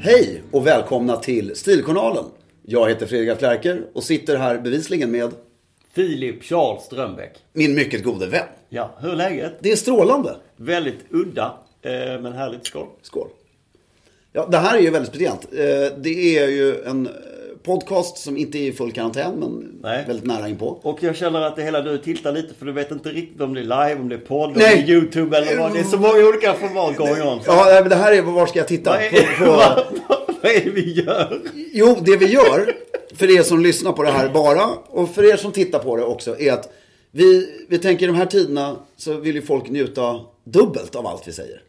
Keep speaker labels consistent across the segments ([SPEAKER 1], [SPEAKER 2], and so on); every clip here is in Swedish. [SPEAKER 1] Hej och välkomna till Stiljournalen. Jag heter Fredrik af Klerker och sitter här bevisligen med
[SPEAKER 2] Filip Charles Strömbäck.
[SPEAKER 1] min mycket gode vän.
[SPEAKER 2] Ja, hur är läget?
[SPEAKER 1] Det är strålande.
[SPEAKER 2] Väldigt udda, eh, men härligt skoj.
[SPEAKER 1] Skål. Ja, det här är ju väldigt speciellt. Eh, Det är ju en eh, podcast som inte är i full karantän, men
[SPEAKER 2] Nej.
[SPEAKER 1] väldigt nära inpå.
[SPEAKER 2] Och jag känner att det hela du tiltar lite för du vet inte riktigt om det är live, om det är podd, om det
[SPEAKER 1] Nej.
[SPEAKER 2] är YouTube eller vad. Det är så många olika format going on.
[SPEAKER 1] Ja, nej, men det här är, var ska jag titta?
[SPEAKER 2] Vad är-
[SPEAKER 1] På, på...
[SPEAKER 2] Vad vad är det vi gör?
[SPEAKER 1] Jo, det vi gör, för er som lyssnar på det här bara, och för er som tittar på det också, är att vi, vi tänker i de här tiderna så vill ju folk njuta dubbelt av allt vi säger.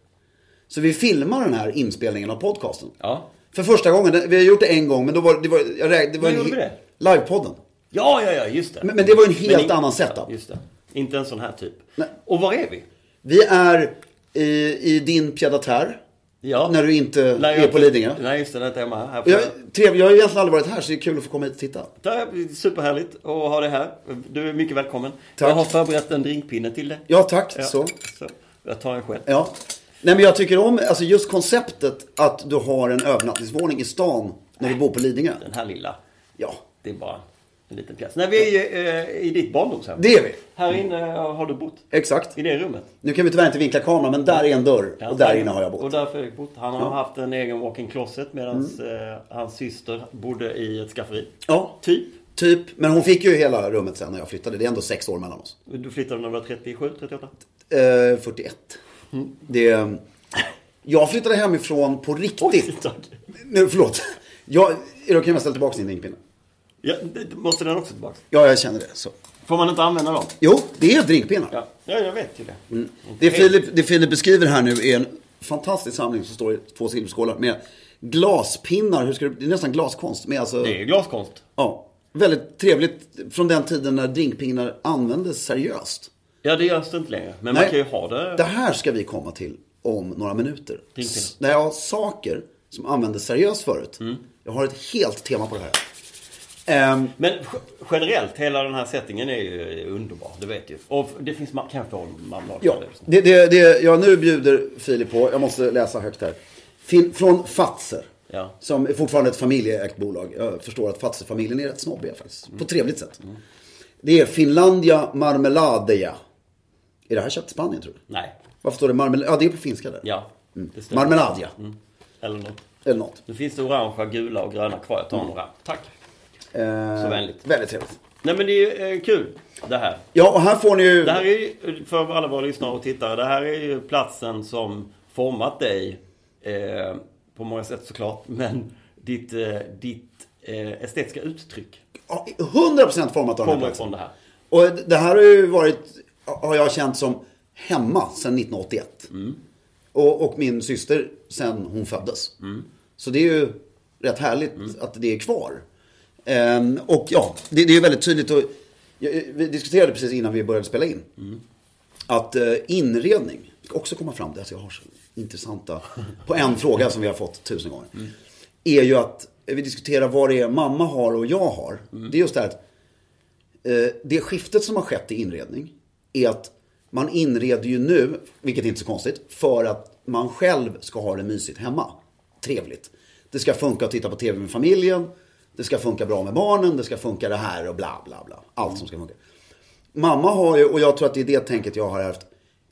[SPEAKER 1] Så vi filmar den här inspelningen av podcasten.
[SPEAKER 2] Ja.
[SPEAKER 1] För första gången, det- vi har gjort det en gång, men då var det... Var, jag, räk- det var en,
[SPEAKER 2] När gjorde vi
[SPEAKER 1] det? Livepodden.
[SPEAKER 2] Ja, ja, ja, just det.
[SPEAKER 1] Men, men det var ju en helt
[SPEAKER 2] ing-
[SPEAKER 1] annan setup.
[SPEAKER 2] Just det. Inte en sån här typ.
[SPEAKER 1] Nej.
[SPEAKER 2] Och var är vi?
[SPEAKER 1] Vi är i, i din pied-à-terre.
[SPEAKER 2] Ja.
[SPEAKER 1] När du inte
[SPEAKER 2] När
[SPEAKER 1] är på Lidingö.
[SPEAKER 2] Nej, just det. När jag inte är hemma här.
[SPEAKER 1] Jag, trev, jag har egentligen aldrig varit här så det är kul att få komma hit och titta.
[SPEAKER 2] Tack, Superhärligt att ha dig här. Du är mycket välkommen.
[SPEAKER 1] Tack.
[SPEAKER 2] Jag har förberett en drinkpinne till dig.
[SPEAKER 1] Ja, tack.
[SPEAKER 2] Ja,
[SPEAKER 1] Så.
[SPEAKER 2] Jag tar en själv.
[SPEAKER 1] Ja. Nej, men jag tycker om alltså just konceptet att du har en övernattningsvåning i stan när du bor på Lidingö.
[SPEAKER 2] Den här lilla.
[SPEAKER 1] Ja,
[SPEAKER 2] Det är bara en liten pjäs. Nej, vi är ju eh, i ditt barndomshem.
[SPEAKER 1] det är vi.
[SPEAKER 2] Här inne har du bott.
[SPEAKER 1] Exakt.
[SPEAKER 2] I det rummet.
[SPEAKER 1] Nu kan vi tyvärr inte vinkla kameran, men där är en dörr och där inne har jag
[SPEAKER 2] Och
[SPEAKER 1] bott.
[SPEAKER 2] där har Fredrik bott. Han har haft en egen walk-in closet medan
[SPEAKER 1] Mm.
[SPEAKER 2] eh, hans syster bodde i ett skafferi.
[SPEAKER 1] Ja,
[SPEAKER 2] Typ.
[SPEAKER 1] typ. Men hon fick ju hela rummet sen när jag flyttade. Det är ändå sex år mellan oss.
[SPEAKER 2] Du flyttade när du var 37, 38.
[SPEAKER 1] Eh, 41. Det... Jag flyttade hemifrån på riktigt.
[SPEAKER 2] Tack.
[SPEAKER 1] Nu, förlåt. Jag, är det okej om jag ställer tillbaka din ringpinne?
[SPEAKER 2] Ja, det- måste den också tillbaka?
[SPEAKER 1] Ja, jag känner det. Så.
[SPEAKER 2] Får man inte använda dem?
[SPEAKER 1] Jo, det är drinkpinnar.
[SPEAKER 2] Ja, ja jag vet ju det.
[SPEAKER 1] Det, Filip, det Filip beskriver här nu är en fantastisk samling som står i två silverskålar med glaspinnar. Hur ska du, det är nästan glaskonst. Med alltså,
[SPEAKER 2] Det är glaskonst.
[SPEAKER 1] ja, väldigt trevligt från den tiden när drinkpinnar användes seriöst.
[SPEAKER 2] Ja, det görs det inte längre. Men man
[SPEAKER 1] Nej.
[SPEAKER 2] kan ju ha det.
[SPEAKER 1] Det här ska vi komma till om några minuter.
[SPEAKER 2] Drinkpinnar.
[SPEAKER 1] S- Nej, ja, saker som användes seriöst förut.
[SPEAKER 2] Mm.
[SPEAKER 1] Jag har ett helt tema på det här. Ehm,
[SPEAKER 2] Men g- generellt, hela den här settingen är ju underbar. Det vet du. Och det finns ma- kan jag få marmelad?
[SPEAKER 1] Ja, det, det, det, ja, nu bjuder Filip på, jag måste läsa högt här. Fin, från Fazer,
[SPEAKER 2] Ja.
[SPEAKER 1] som är fortfarande ett familjeägt bolag. Jag förstår att Fazer-familjen är rätt snobbiga faktiskt,
[SPEAKER 2] Mm.
[SPEAKER 1] på ett trevligt sätt. Det är Finlandia Marmeladeja. Är det här köpt i Spanien tror du?
[SPEAKER 2] Nej.
[SPEAKER 1] Varför står det marmelad? Ja, det är på finska där.
[SPEAKER 2] Ja. Det stämmer. Mm.
[SPEAKER 1] Marmelad, ja.
[SPEAKER 2] Eller något.
[SPEAKER 1] Eller något.
[SPEAKER 2] Nu finns det orangea, gula och gröna kvar. Jag tar
[SPEAKER 1] Mm.
[SPEAKER 2] en orange. Tack.
[SPEAKER 1] Eh,
[SPEAKER 2] Så vänligt.
[SPEAKER 1] Väldigt trevligt.
[SPEAKER 2] Nej men det är eh, kul det här.
[SPEAKER 1] Ja, och här får ni ju...
[SPEAKER 2] Det här är ju, för alla våra lyssnare och tittare, det här är ju platsen som format dig. Eh, på många sätt såklart, men ditt, eh, ditt eh, estetiska uttryck
[SPEAKER 1] Ja, 100% format av den här
[SPEAKER 2] kommer
[SPEAKER 1] platsen.
[SPEAKER 2] från det här.
[SPEAKER 1] Och det här har ju varit, har jag känt som hemma sedan 1981. Och, och min syster sedan hon föddes. Så det är ju rätt härligt att det är kvar. Ehm, och ja, det, det är ju väldigt tydligt. Och, jag- vi diskuterade precis innan vi började spela in. Att eh, inredning, ska också komma fram det, alltså jag har så intressanta, på en fråga som vi har fått tusen gånger. Är ju att vi diskuterar vad det är mamma har och jag har. Det är just det här att Eh, det skiftet som har skett i inredning är att man inreder ju nu, vilket inte är så konstigt, för att man själv ska ha det mysigt hemma. Trevligt. Det ska funka att titta på TV med familjen. Det ska funka bra med barnen. Det ska funka det här och bla bla bla. Allt som ska funka. Mamma har ju, och jag tror att det är det tänket jag har haft.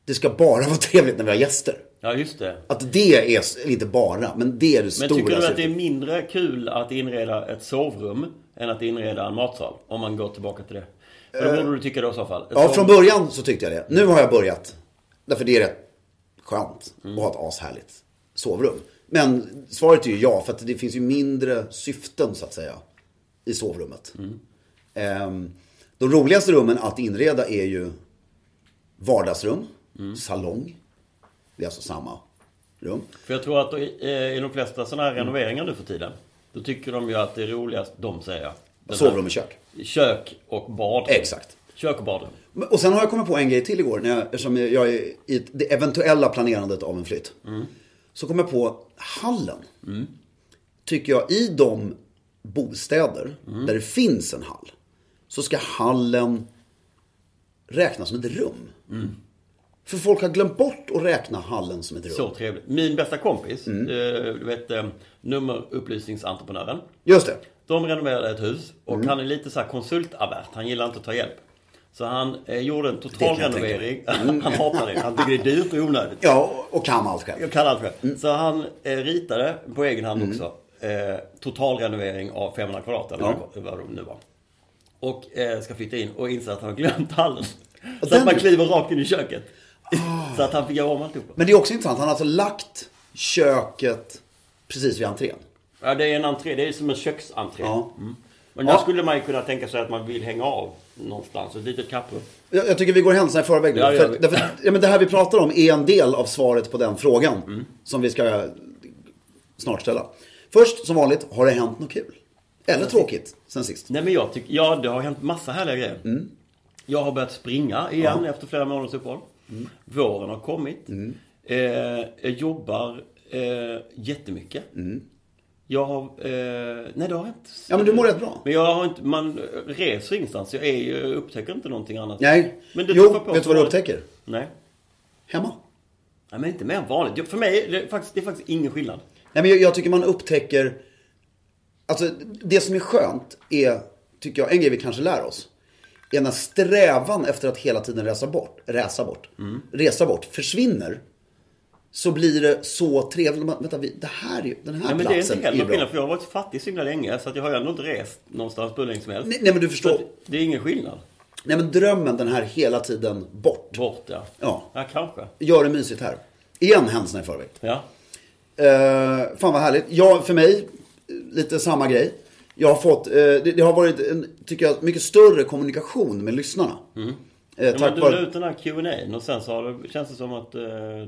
[SPEAKER 1] Det ska bara vara trevligt när vi har gäster.
[SPEAKER 2] Ja, just det.
[SPEAKER 1] Att det är, s- inte bara, men det är det
[SPEAKER 2] Men
[SPEAKER 1] stora.
[SPEAKER 2] tycker du att det är
[SPEAKER 1] syftet.
[SPEAKER 2] mindre kul att inreda ett sovrum än att inreda en matsal? Om man går tillbaka till det. För det borde du tycka då i så fall. Ett
[SPEAKER 1] Eh. Ja,
[SPEAKER 2] sovrum-
[SPEAKER 1] från början så tyckte jag det. Nu har jag börjat. Därför det är rätt skönt att ha ett ashärligt sovrum. Men svaret är ju ja, för att det finns ju mindre syften så att säga i sovrummet. Ehm, de roligaste rummen att inreda är ju vardagsrum, salong. Det är alltså samma rum.
[SPEAKER 2] För jag tror att i, eh, i de flesta sådana här renoveringar nu för tiden. Då tycker de ju att det är roligast, de säger jag. Den här-
[SPEAKER 1] Sovrum och kök.
[SPEAKER 2] Kök och bad.
[SPEAKER 1] Exakt.
[SPEAKER 2] Kök och badrum.
[SPEAKER 1] Men- Och sen har jag kommit på en grej till igår, när jag, eftersom jag är i ett- det eventuella planerandet av en flytt. Så kom jag på hallen. Tycker jag i de bostäder där det finns en hall. Så ska hallen räknas som ett rum. För folk har glömt bort att räkna hallen som ett rum.
[SPEAKER 2] Så trevligt. Min bästa kompis,
[SPEAKER 1] Mm.
[SPEAKER 2] eh, du vet eh, nummerupplysningsentreprenören.
[SPEAKER 1] Just det.
[SPEAKER 2] De renoverade ett hus och
[SPEAKER 1] Mm.
[SPEAKER 2] han är lite så här konsultavert. Han gillar inte att ta hjälp. Så han eh, gjorde en
[SPEAKER 1] kan jag Mm.
[SPEAKER 2] totalrenovering. han hatar det. Han tycker det är dyrt och onödigt.
[SPEAKER 1] Ja, och kan allt själv.
[SPEAKER 2] Jag kan allt själv. Så han eh, ritade på egen hand också. Eh, totalrenovering av 500 kvadrat eller
[SPEAKER 1] Ja.
[SPEAKER 2] vad- vad det nu var. Och eh, ska flytta in och inser att han har glömt hallen. Så
[SPEAKER 1] den- Ah.
[SPEAKER 2] att man kliver rakt in i köket. Så att han fick göra om alltihopa.
[SPEAKER 1] Men det är också intressant, han har alltså lagt köket precis vid entrén.
[SPEAKER 2] Ja, det är en entré. Det är som en köksentré. Mm.
[SPEAKER 1] Ja.
[SPEAKER 2] Men där
[SPEAKER 1] Ja.
[SPEAKER 2] skulle man ju kunna tänka sig att man vill hänga av någonstans. Ett litet kapprum.
[SPEAKER 1] Jag, jag tycker vi går händelserna i förväg nu.
[SPEAKER 2] Ja, det gör
[SPEAKER 1] för,
[SPEAKER 2] vi.
[SPEAKER 1] därför, ja, men det här vi pratar om är en del av svaret på den frågan.
[SPEAKER 2] Mm.
[SPEAKER 1] Som vi ska snart ställa. Först, som vanligt, har det hänt något kul? Eller tråkigt, sen sist?
[SPEAKER 2] Nej men jag tycker, ja det har hänt massa härliga grejer.
[SPEAKER 1] Mm.
[SPEAKER 2] Jag har börjat springa igen efter flera månaders uppehåll.
[SPEAKER 1] Mm.
[SPEAKER 2] Våren har kommit. Eh, jag jobbar eh, jättemycket.
[SPEAKER 1] Mm.
[SPEAKER 2] Jag har, eh, nej det har inte.
[SPEAKER 1] Ja, men du mår rätt bra.
[SPEAKER 2] Men jag har inte, man reser ingenstans. Jag är ju, upptäcker inte någonting annat.
[SPEAKER 1] Nej.
[SPEAKER 2] Men det
[SPEAKER 1] jo,
[SPEAKER 2] tuffar på
[SPEAKER 1] vet du vad du
[SPEAKER 2] så-
[SPEAKER 1] upptäcker?
[SPEAKER 2] Nej.
[SPEAKER 1] Hemma.
[SPEAKER 2] Nej men inte mer än vanligt. Jag- För mig, är det, faktiskt, det är faktiskt ingen skillnad.
[SPEAKER 1] Nej, men jag, jag tycker man upptäcker... Alltså, det som är skönt är, tycker jag, en grej vi kanske lär oss. Är när strävan efter att hela tiden resa bort, resa bort, resa bort försvinner. Så blir det så trevligt. Man, vänta, vi, det här är, ju- den här
[SPEAKER 2] Nej, men det är inte
[SPEAKER 1] platsen är
[SPEAKER 2] heller
[SPEAKER 1] ju
[SPEAKER 2] någon
[SPEAKER 1] bra.
[SPEAKER 2] skillnad. För jag har varit fattig så himla länge. Så att jag har ju ändå inte rest någonstans på hur länge som helst.
[SPEAKER 1] Nej, nej, men du förstår.
[SPEAKER 2] Så att det är ingen skillnad.
[SPEAKER 1] Nej, men drömmen den här hela tiden bort.
[SPEAKER 2] Bort ja.
[SPEAKER 1] Ja.
[SPEAKER 2] Ja, kanske.
[SPEAKER 1] Gör det mysigt här. Igen händelserna i förväg.
[SPEAKER 2] Ja.
[SPEAKER 1] Eh, fan vad härligt. Jag, för mig, eh, lite samma grej. Jag har fått, eh, det, det har varit en, tycker jag, mycket större kommunikation med lyssnarna. Eh,
[SPEAKER 2] Mm. ja men
[SPEAKER 1] tack
[SPEAKER 2] du la
[SPEAKER 1] vare...
[SPEAKER 2] ut den här Q&A och sen så har det, känns det som att eh,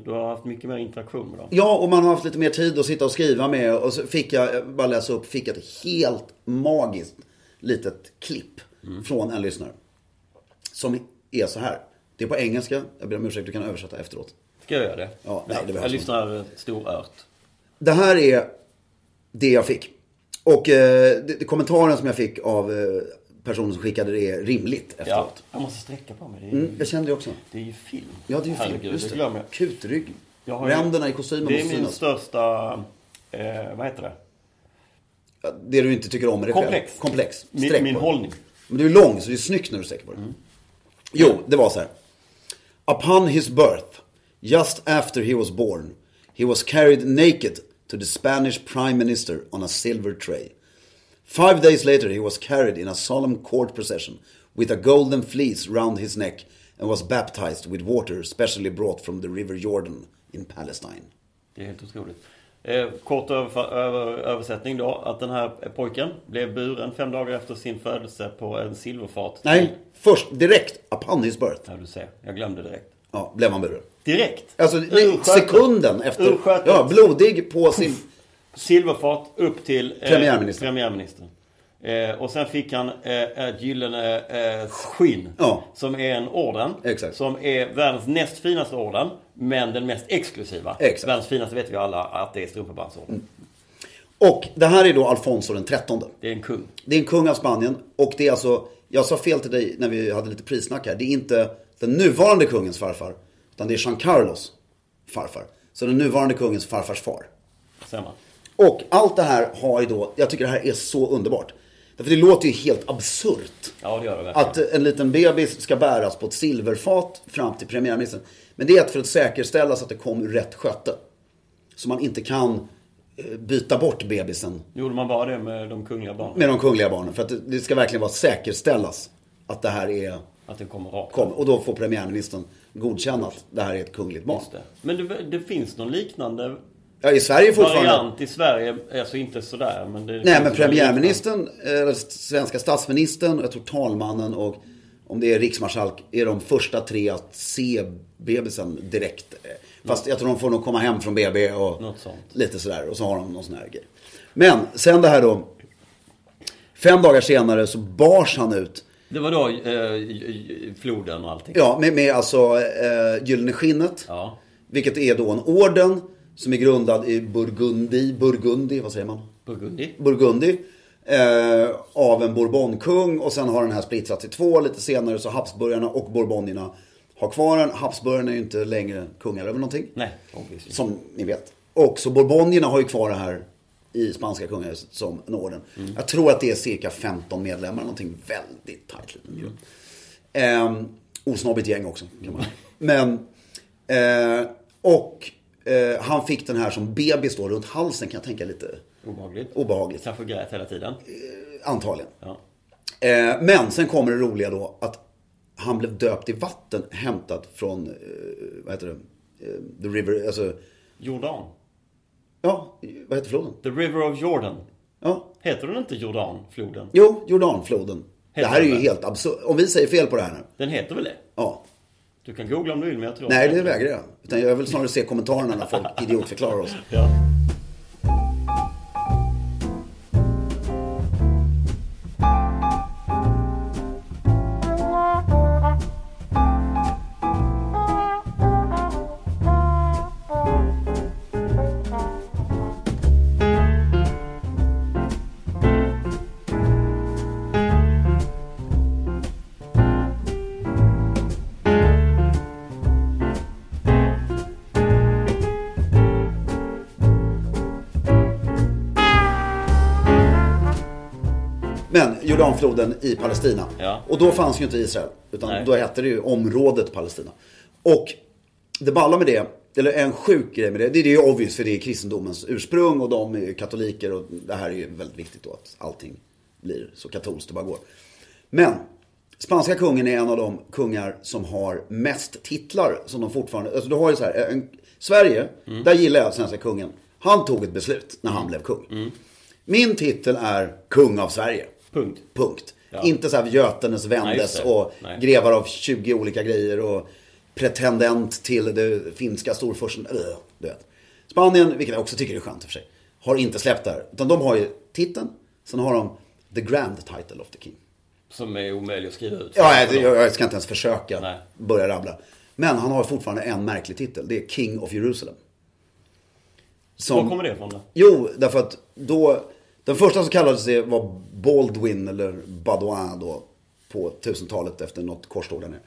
[SPEAKER 2] du har haft mycket mer interaktion med dem.
[SPEAKER 1] Ja, och man har haft lite mer tid att sitta och skriva med. Och så fick jag, eh, bara läsa upp, fick ett helt magiskt litet klipp
[SPEAKER 2] Mm.
[SPEAKER 1] från en lyssnare. Som är så här. Det är på engelska. Jag ber om ursäkt, du kan översätta efteråt.
[SPEAKER 2] Ska jag göra det?
[SPEAKER 1] Ja, nej, det behövs inte.
[SPEAKER 2] jag lyssnar eh, storört.
[SPEAKER 1] Det här är det jag fick. Och eh, det, det, kommentaren som jag fick av eh, personen som skickade det är rimligt
[SPEAKER 2] Ja.
[SPEAKER 1] efteråt.
[SPEAKER 2] Jag måste sträcka på mig. Det är,
[SPEAKER 1] Mm, jag kände det också.
[SPEAKER 2] det är ju film.
[SPEAKER 1] Ja, det är ju fint.
[SPEAKER 2] Herregud,
[SPEAKER 1] Just
[SPEAKER 2] det glömmer
[SPEAKER 1] det.
[SPEAKER 2] jag.
[SPEAKER 1] Kutrygg.
[SPEAKER 2] jag har ju-
[SPEAKER 1] Ränderna i kostymen
[SPEAKER 2] Det
[SPEAKER 1] måste
[SPEAKER 2] är min
[SPEAKER 1] synas.
[SPEAKER 2] största, eh, vad heter det?
[SPEAKER 1] Ja, Det du inte tycker om med dig
[SPEAKER 2] Komplex.
[SPEAKER 1] själv. Komplex.
[SPEAKER 2] Min,
[SPEAKER 1] Streck
[SPEAKER 2] min
[SPEAKER 1] på det.
[SPEAKER 2] hållning.
[SPEAKER 1] Men du är lång, så det är snyggt när du sträcker på dig. Jo, det var så här. Upon his birth, just after he was born, He was carried naked to the Spanish prime minister on a silver tray. Five days later, he was carried in a solemn court procession with a golden fleece round his neck and was baptized with water specially brought from the river Jordan in Palestine.
[SPEAKER 2] Det är helt otroligt. Eh, kort överf- över, översättning då. Att den här pojken blev buren fem dagar efter sin födelse på en silverfat.
[SPEAKER 1] Nej, först direkt upon his birth
[SPEAKER 2] Ja, du ser. Jag glömde direkt.
[SPEAKER 1] ja, blev han buren.
[SPEAKER 2] Direkt!
[SPEAKER 1] Alltså
[SPEAKER 2] Ur
[SPEAKER 1] nej,
[SPEAKER 2] skötet.
[SPEAKER 1] sekunden efter.
[SPEAKER 2] Ur skötet.
[SPEAKER 1] Ja, blodig på sin...
[SPEAKER 2] Silverfat upp till eh,
[SPEAKER 1] Premiärministern.
[SPEAKER 2] premiärministern. Eh, och sen fick han eh, ett gyllene eh, skinn.
[SPEAKER 1] Ja.
[SPEAKER 2] Som är en orden.
[SPEAKER 1] Exakt.
[SPEAKER 2] Som är världens näst finaste orden. Men den mest exklusiva.
[SPEAKER 1] Exakt. Mm.
[SPEAKER 2] Världens finaste vet vi alla att det är strumpebandsordet.
[SPEAKER 1] Och det här är då Alfonso den trettonde.
[SPEAKER 2] Det är en kung.
[SPEAKER 1] Det är en kung av Spanien och det är alltså, jag sa fel till dig när vi hade lite prissnack här. Det är inte den nuvarande kungens farfar, utan det är Jean Carlos farfar. Så den nuvarande kungens farfars far.
[SPEAKER 2] Ser man.
[SPEAKER 1] Och allt det här har ju då, jag tycker det här är så underbart. Därför det låter ju helt absurt.
[SPEAKER 2] Ja, det gör det verkligen.
[SPEAKER 1] Att en liten bebis ska bäras på ett silverfat fram till premiärministern. Men det är för att säkerställa så att det kom ur rätt sköte. Så man inte kan eh, byta bort bebisen
[SPEAKER 2] Gjorde man bara det med de kungliga barnen?
[SPEAKER 1] med de kungliga barnen. För att det- det ska verkligen vara säkerställas att det här är
[SPEAKER 2] Att det kommer rakt.
[SPEAKER 1] kom. Och då får premiärministern godkänna att det här är ett kungligt barn.
[SPEAKER 2] Just det. Men det, det finns någon liknande
[SPEAKER 1] Ja, i Sverige fortfarande.
[SPEAKER 2] variant i Sverige. Alltså inte sådär men det
[SPEAKER 1] Nej,
[SPEAKER 2] finns
[SPEAKER 1] men
[SPEAKER 2] någon
[SPEAKER 1] premiärministern, eh, svenska statsministern, jag tror talmannen och om det är riksmarskalk är de första tre att se bebisen direkt. Eh, Fast jag tror de får nog komma hem från BB och
[SPEAKER 2] Mm. Något sånt.
[SPEAKER 1] lite sådär. Och så har de någon sån här grej. Men sen det här då. Fem dagar senare så bars han ut.
[SPEAKER 2] Det var då eh, i- i floden och allting.
[SPEAKER 1] Ja, med, med alltså eh, Gyllene skinnet.
[SPEAKER 2] Ja.
[SPEAKER 1] Vilket är då en orden som är grundad i Burgundi. Burgundi, vad säger man?
[SPEAKER 2] Burgundi.
[SPEAKER 1] Burgundi. Eh, av en bourbonkung och sen har den här splittrats i två lite senare så habsburgarna och bourbonerna har kvar den. Habsburgarna är ju inte längre kungar över någonting.
[SPEAKER 2] Nej, obviously.
[SPEAKER 1] Som ni vet. Och så bourbonerna har ju kvar det här i spanska kungahuset som en orden.
[SPEAKER 2] Mm.
[SPEAKER 1] Jag tror att det är cirka 15 medlemmar, någonting väldigt tajt liten
[SPEAKER 2] Mm.
[SPEAKER 1] grupp. Eh, osnobbigt gäng också kan man Men, eh, och eh, han fick den här som bebis då runt halsen kan jag tänka lite
[SPEAKER 2] Obehagligt.
[SPEAKER 1] obehagligt.
[SPEAKER 2] Saffe grät hela tiden.
[SPEAKER 1] Antagligen.
[SPEAKER 2] Ja.
[SPEAKER 1] Eh, men sen kommer det roliga då att han blev döpt i vatten hämtat från, eh, vad heter det, eh, The River, alltså,
[SPEAKER 2] Jordan.
[SPEAKER 1] ja, vad heter floden?
[SPEAKER 2] The River of Jordan.
[SPEAKER 1] Ja,
[SPEAKER 2] Heter den inte Jordan, floden?
[SPEAKER 1] jo, Jordanfloden. Det här är ju
[SPEAKER 2] den?
[SPEAKER 1] helt absurt. Om vi säger fel på det här nu,
[SPEAKER 2] Den heter väl det?
[SPEAKER 1] ja.
[SPEAKER 2] Du kan googla om du vill men jag tror
[SPEAKER 1] Nej,
[SPEAKER 2] att-
[SPEAKER 1] det vägrar jag. Utan jag vill snarare se kommentarerna när folk idiotförklarar oss.
[SPEAKER 2] Ja.
[SPEAKER 1] Men Jordanfloden i Palestina.
[SPEAKER 2] Ja.
[SPEAKER 1] Och då fanns ju inte Israel. Utan
[SPEAKER 2] Nej.
[SPEAKER 1] då hette det ju området Palestina. Och det balla med det, eller en sjuk grej med det, det är ju obvious för det är kristendomens ursprung och de är ju katoliker och det här är ju väldigt viktigt då att allting blir så katolskt det bara går. Men spanska kungen är en av de kungar som har mest titlar som de fortfarande, alltså du har ju så här, en, Sverige, där gillar jag svenska kungen. Han tog ett beslut när han blev kung. Min titel är kung av Sverige.
[SPEAKER 2] Punkt.
[SPEAKER 1] Punkt.
[SPEAKER 2] Ja.
[SPEAKER 1] Inte så här Götenes
[SPEAKER 2] Nej,
[SPEAKER 1] vändes
[SPEAKER 2] just det.
[SPEAKER 1] och
[SPEAKER 2] Nej.
[SPEAKER 1] grevar av 20 olika grejer och pretendent till det finska storfursten. Äh, du vet. Spanien, vilket jag också tycker är skönt i och för sig, har inte släppt det här. Utan de har ju titeln, sen har de the grand title of the king.
[SPEAKER 2] Som är omöjlig att skriva ut.
[SPEAKER 1] Ja, jag, jag jag ska inte ens försöka
[SPEAKER 2] Nej.
[SPEAKER 1] börja rabbla. Men han har fortfarande en märklig titel. Det är King of Jerusalem. Som...
[SPEAKER 2] Var kommer det ifrån då?
[SPEAKER 1] Jo, därför att då... Den första som kallades det var Baldwin eller Badouin då. På 1000-talet efter något korståg där nere.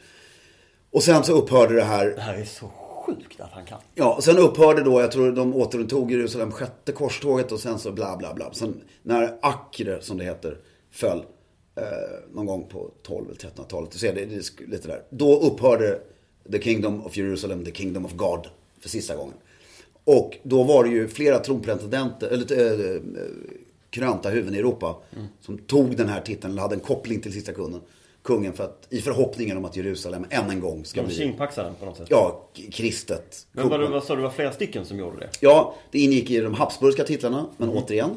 [SPEAKER 1] Och sen så upphörde det här.
[SPEAKER 2] Det här är så sjukt att han kan.
[SPEAKER 1] Ja, sen upphörde då, jag tror de återintog Jerusalem sjätte korståget och sen så bla bla bla. Sen när Akre, som det heter, föll eh, någon gång på 12 eller 1300-talet. Du ser, det, det är sk- lite där. Då upphörde the kingdom of Jerusalem, the kingdom of God, för sista gången. Och då var det ju flera tronpretendenter, eller eh, eh, krönta huvuden i Europa, som tog den här titeln, eller hade en koppling till sista kungen. Kungen för att, i förhoppningen om att Jerusalem än en gång ska
[SPEAKER 2] De
[SPEAKER 1] bli,
[SPEAKER 2] tjingpaxade den på något sätt.
[SPEAKER 1] ja, k- kristet.
[SPEAKER 2] Men vad, vad sa du, det var flera stycken som gjorde det?
[SPEAKER 1] Ja, det ingick i de Habsburgska titlarna, men återigen.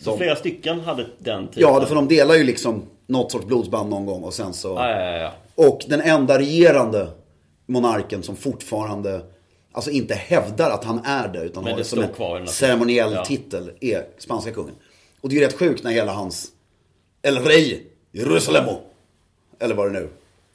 [SPEAKER 2] Så Mm. flera stycken hade den titeln?
[SPEAKER 1] Ja, för de delar ju liksom något sorts blodsband någon gång och sen så...
[SPEAKER 2] Ah, Ja, ja, ja, ja.
[SPEAKER 1] Och den enda regerande monarken som fortfarande Alltså inte hävdar att han är det utan
[SPEAKER 2] Men
[SPEAKER 1] har
[SPEAKER 2] det
[SPEAKER 1] det som
[SPEAKER 2] står kvar i den
[SPEAKER 1] en
[SPEAKER 2] här-
[SPEAKER 1] ceremoniell
[SPEAKER 2] Ja.
[SPEAKER 1] titel är spanska kungen. Och det är ju rätt sjukt när hela hans El Rey Jerusalemo Eller vad det nu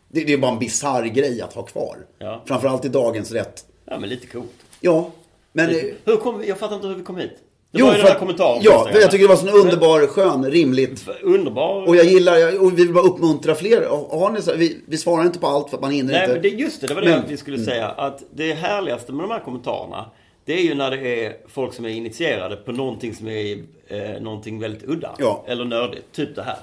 [SPEAKER 1] Det, det är bara en bisarr grej att ha kvar.
[SPEAKER 2] Ja.
[SPEAKER 1] Framförallt i dagens rätt.
[SPEAKER 2] Ja, men lite coolt.
[SPEAKER 1] Ja, men...
[SPEAKER 2] Hur kom vi? Jag fattar inte hur vi kom hit. Det
[SPEAKER 1] Jo,
[SPEAKER 2] var ju
[SPEAKER 1] för
[SPEAKER 2] den där
[SPEAKER 1] att-
[SPEAKER 2] kommentaren. på
[SPEAKER 1] Ja,
[SPEAKER 2] Instagram.
[SPEAKER 1] för jag tycker det var så underbar, skön, rimligt.
[SPEAKER 2] Men- Underbar.
[SPEAKER 1] Och jag gillar, jag- och vi vill bara uppmuntra fler. Och Har ni så, vi, vi svarar inte på allt för att man hinner
[SPEAKER 2] Nej,
[SPEAKER 1] inte. Mm.
[SPEAKER 2] men det, just det, det var det
[SPEAKER 1] Men-
[SPEAKER 2] vi skulle säga. Att det härligaste med de här kommentarerna, det är ju när det är folk som är initierade på någonting som är eh, någonting väldigt udda.
[SPEAKER 1] Ja.
[SPEAKER 2] Eller nördigt. Typ det här.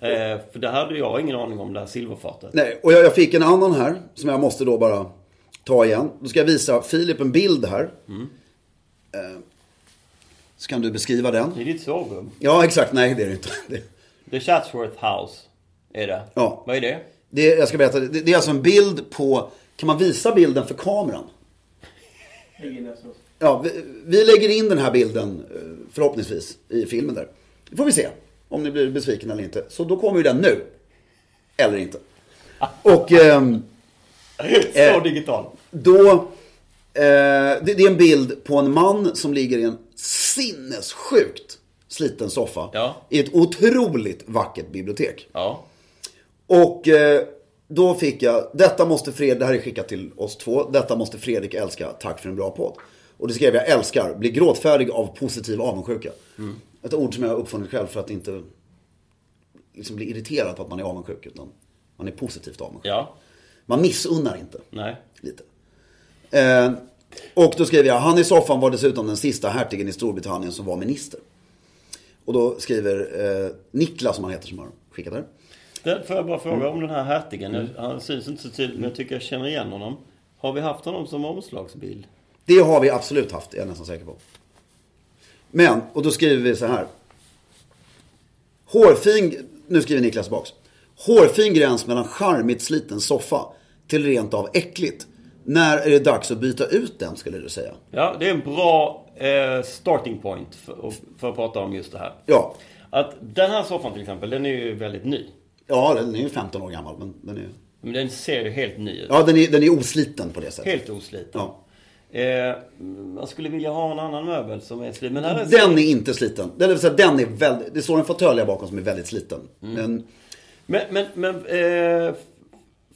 [SPEAKER 2] Eh, för det här hade jag ingen aning om, det här silverfatet.
[SPEAKER 1] Nej, och jag, jag fick en annan här som jag måste då bara ta igen. Då ska jag visa Filip en bild här.
[SPEAKER 2] Mm.
[SPEAKER 1] Eh, Så kan du beskriva den.
[SPEAKER 2] Det är ditt sovrum.
[SPEAKER 1] Ja, exakt. Nej, det är det inte. Det,
[SPEAKER 2] The Chatsworth House är det.
[SPEAKER 1] Ja.
[SPEAKER 2] Vad är det?
[SPEAKER 1] det, jag ska berätta. Det, det är alltså en bild på... Kan man visa bilden för kameran? Ja, vi, vi lägger in den här bilden eh, förhoppningsvis i filmen där. Det får vi se om ni blir besviken eller inte. Så då kommer ju den nu. Eller inte. Och... ehm, Eh.
[SPEAKER 2] Så digital.
[SPEAKER 1] Då, eh, det, det är en bild på en man som ligger i en sinnessjukt sliten soffa.
[SPEAKER 2] Ja.
[SPEAKER 1] I ett otroligt vackert bibliotek.
[SPEAKER 2] Ja.
[SPEAKER 1] Och eh, då fick jag, detta måste Fredrik, det här är skickat till oss två. Detta måste Fredrik älska, tack för en bra podd. Och det skrev jag, älskar, blir gråtfärdig av positiv avundsjuka. Ett ord som jag har uppfunnit själv för att inte liksom bli irriterad på att man är avundsjuk. Utan man är positivt avundsjuk.
[SPEAKER 2] Ja.
[SPEAKER 1] Man missunnar inte.
[SPEAKER 2] Nej.
[SPEAKER 1] Lite. Eh, och då skrev jag, han i soffan var dessutom den sista hertigen i Storbritannien som var minister. Och då skriver eh, Niklas, som han heter, som har skickat det. här.
[SPEAKER 2] Det, får jag bara fråga om den här hertigen? Han syns inte så tydligt, men jag tycker jag känner igen honom. Har vi haft honom som omslagsbild?
[SPEAKER 1] Det har vi absolut haft, är jag nästan säker på. Men, och då skriver vi så här. Hårfin, nu skriver Niklas tillbaks. Hårfin gräns mellan charmigt sliten soffa till rent av äckligt. När är det dags att byta ut den, skulle du säga?
[SPEAKER 2] Ja, det är en bra eh, starting point för, för att prata om just det här.
[SPEAKER 1] Ja,
[SPEAKER 2] Att den här soffan till exempel, den är ju väldigt ny.
[SPEAKER 1] ja den är ju 15 år gammal, men den är
[SPEAKER 2] Men den ser ju helt ny ut.
[SPEAKER 1] Ja, den är, den är osliten på det sättet.
[SPEAKER 2] Helt osliten.
[SPEAKER 1] Ja.
[SPEAKER 2] Eh, man skulle vilja ha en annan möbel som är sliten. Men här är
[SPEAKER 1] Den är inte sliten. Det vill säga, den är väldigt, det står en fåtölj här bakom som är väldigt sliten.
[SPEAKER 2] Mm.
[SPEAKER 1] Men,
[SPEAKER 2] Men, men, men eh,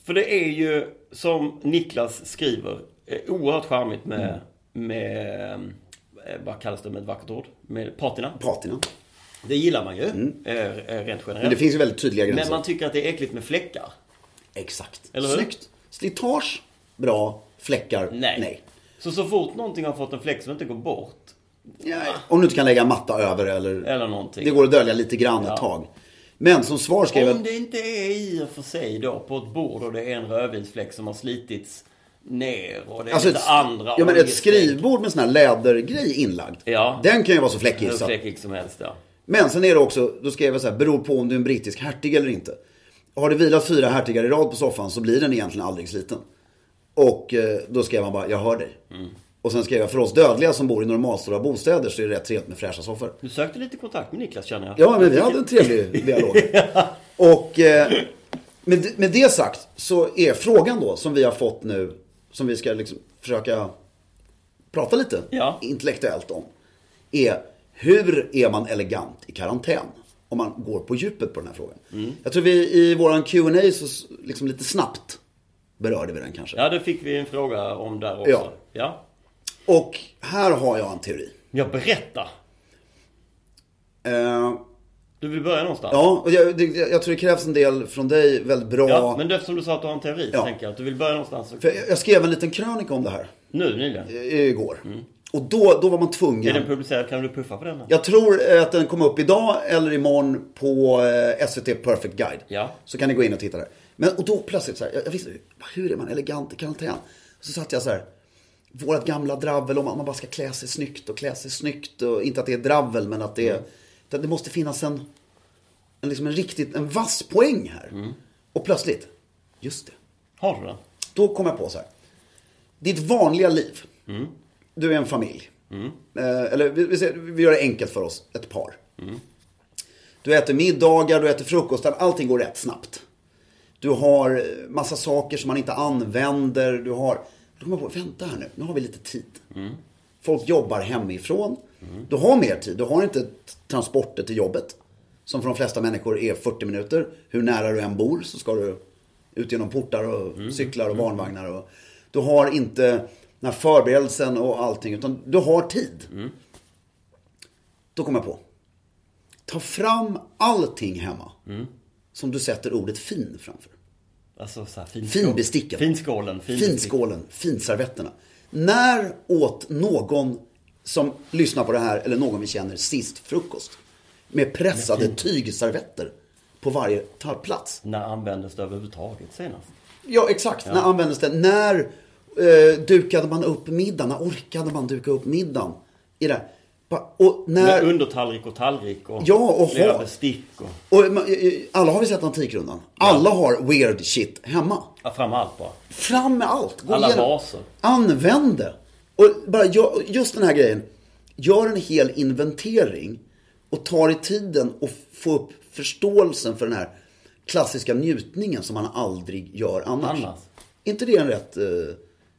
[SPEAKER 2] för det är ju som Niklas skriver, eh, oerhört charmigt med,
[SPEAKER 1] Mm.
[SPEAKER 2] med eh, vad kallas det med ett vackert ord? Med patina.
[SPEAKER 1] patina.
[SPEAKER 2] Det gillar man ju, eh, eh, rent generellt.
[SPEAKER 1] Mm. Men det finns ju väldigt tydliga gränser.
[SPEAKER 2] Men man tycker att det är äckligt med fläckar.
[SPEAKER 1] Exakt.
[SPEAKER 2] Eller hur?
[SPEAKER 1] Snyggt. Slitage, bra. Fläckar,
[SPEAKER 2] Nej.
[SPEAKER 1] nej.
[SPEAKER 2] Så så fort någonting har fått en fläck som inte går bort,
[SPEAKER 1] Ja, Om du inte kan lägga en matta över eller...
[SPEAKER 2] eller någonting.
[SPEAKER 1] Det går att dölja lite grann ett tag. Men som svar skrev jag...
[SPEAKER 2] Om det inte är i och för sig då på ett bord och det är en rödvinsfläck som har slitits ner och det är
[SPEAKER 1] Alltså
[SPEAKER 2] lite
[SPEAKER 1] ett,
[SPEAKER 2] andra
[SPEAKER 1] ja, men ett
[SPEAKER 2] oljestreck.
[SPEAKER 1] skrivbord med sån här lädergrej inlagd.
[SPEAKER 2] Ja.
[SPEAKER 1] Den kan ju vara så
[SPEAKER 2] Hur
[SPEAKER 1] fläckig så att
[SPEAKER 2] fläckig som helst ja.
[SPEAKER 1] Men sen är det också, då skrev jag så här, beror på om du är en brittisk hertig eller inte. Har det vilat fyra hertigar i rad på soffan så blir den egentligen aldrig sliten. Och eh, då skrev han bara, jag hör dig.
[SPEAKER 2] Mm.
[SPEAKER 1] Och sen skrev jag, för oss dödliga som bor i normalstora bostäder så är det rätt trevligt med fräscha soffor.
[SPEAKER 2] Du sökte lite kontakt med Niklas känner jag.
[SPEAKER 1] Ja, men vi hade en trevlig dialog. Och eh, med, med det sagt så är frågan då som vi har fått nu, som vi ska liksom försöka prata lite
[SPEAKER 2] Ja.
[SPEAKER 1] intellektuellt om. Är hur är man elegant i karantän? Om man går på djupet på den här frågan.
[SPEAKER 2] Mm.
[SPEAKER 1] Jag tror vi i våran Q&A så s- liksom lite snabbt berörde vi den kanske.
[SPEAKER 2] Ja, det fick vi en fråga om där också. Ja.
[SPEAKER 1] Ja.
[SPEAKER 2] ja.
[SPEAKER 1] Och här har jag en teori.
[SPEAKER 2] Jag berätta.
[SPEAKER 1] Eh,
[SPEAKER 2] Du vill börja någonstans?
[SPEAKER 1] ja, och jag, det, jag tror det krävs en del från dig, väldigt bra.
[SPEAKER 2] Ja, men eftersom du sa att du har en teori så
[SPEAKER 1] Ja.
[SPEAKER 2] tänker jag att du vill börja någonstans.
[SPEAKER 1] För jag, jag skrev en liten krönika om det här.
[SPEAKER 2] Nu nyligen.
[SPEAKER 1] eh, igår. Och då, då var man
[SPEAKER 2] Mm. Är den
[SPEAKER 1] tvungen.
[SPEAKER 2] publicerad? Kan du puffa för den? här?
[SPEAKER 1] Jag tror eh, att den kom upp idag eller imorgon på eh, SVT Perfect Guide.
[SPEAKER 2] Ja.
[SPEAKER 1] Så kan ni gå in och titta där. Men och då plötsligt så här, jag, jag visste ju, hur är man elegant i karantän? Så satt jag så här, vårt gamla dravel om att man bara ska klä sig snyggt och klä sig snyggt. Och, inte att det är dravel, men att det är...
[SPEAKER 2] Mm.
[SPEAKER 1] utan Det måste finnas en, en, liksom en riktigt, en vass poäng här.
[SPEAKER 2] Mm.
[SPEAKER 1] Och plötsligt, just det.
[SPEAKER 2] Har du den?
[SPEAKER 1] Då kom jag på så här. Ditt vanliga liv. Du är en familj. Eh, eller vi, vi, säger- vi gör det enkelt för oss, ett par. Du äter middagar, du äter frukostar, allting går rätt snabbt. Du har eh, massa saker som man inte använder, du har... Då kommer jag på, vänta här nu, nu har vi lite tid. Folk jobbar hemifrån. Du har mer tid, du har inte t- transporter till jobbet. Som för de flesta människor är 40 minuter. Hur nära du än bor så ska du ut genom portar och cyklar och barnvagnar. Och, du har inte den här förberedelsen och allting, utan du har tid. Då kommer jag på. Ta fram allting hemma. Som du sätter ordet fin framför.
[SPEAKER 2] Alltså så här finskål.
[SPEAKER 1] Finbesticken.
[SPEAKER 2] Finskålen. finbesticken.
[SPEAKER 1] Finskålen. Finservetterna. När åt någon som lyssnar på det här, eller någon vi känner, sist frukost? Med pressade tygservetter på varje tallplats.
[SPEAKER 2] När användes det överhuvudtaget senast?
[SPEAKER 1] Ja, exakt. När användes det? När eh, dukade man upp middagen? När orkade man duka upp middagen? I det här? Bara- Och när...
[SPEAKER 2] Med undertallrik och tallrik och
[SPEAKER 1] Eh. Ja, och ha-
[SPEAKER 2] flera bestick och...
[SPEAKER 1] Och man- alla har vi sett Antikrundan. Alla har weird shit hemma.
[SPEAKER 2] Ja, fram allt bara.
[SPEAKER 1] Fram med allt. Gå
[SPEAKER 2] Alla
[SPEAKER 1] igenom.
[SPEAKER 2] vaser.
[SPEAKER 1] Använd det. Och bara gör, just den här grejen. Gör en hel inventering och ta dig tiden och få upp förståelsen för den här klassiska njutningen som man aldrig gör annars.
[SPEAKER 2] Annars.
[SPEAKER 1] Är inte det en rätt eh,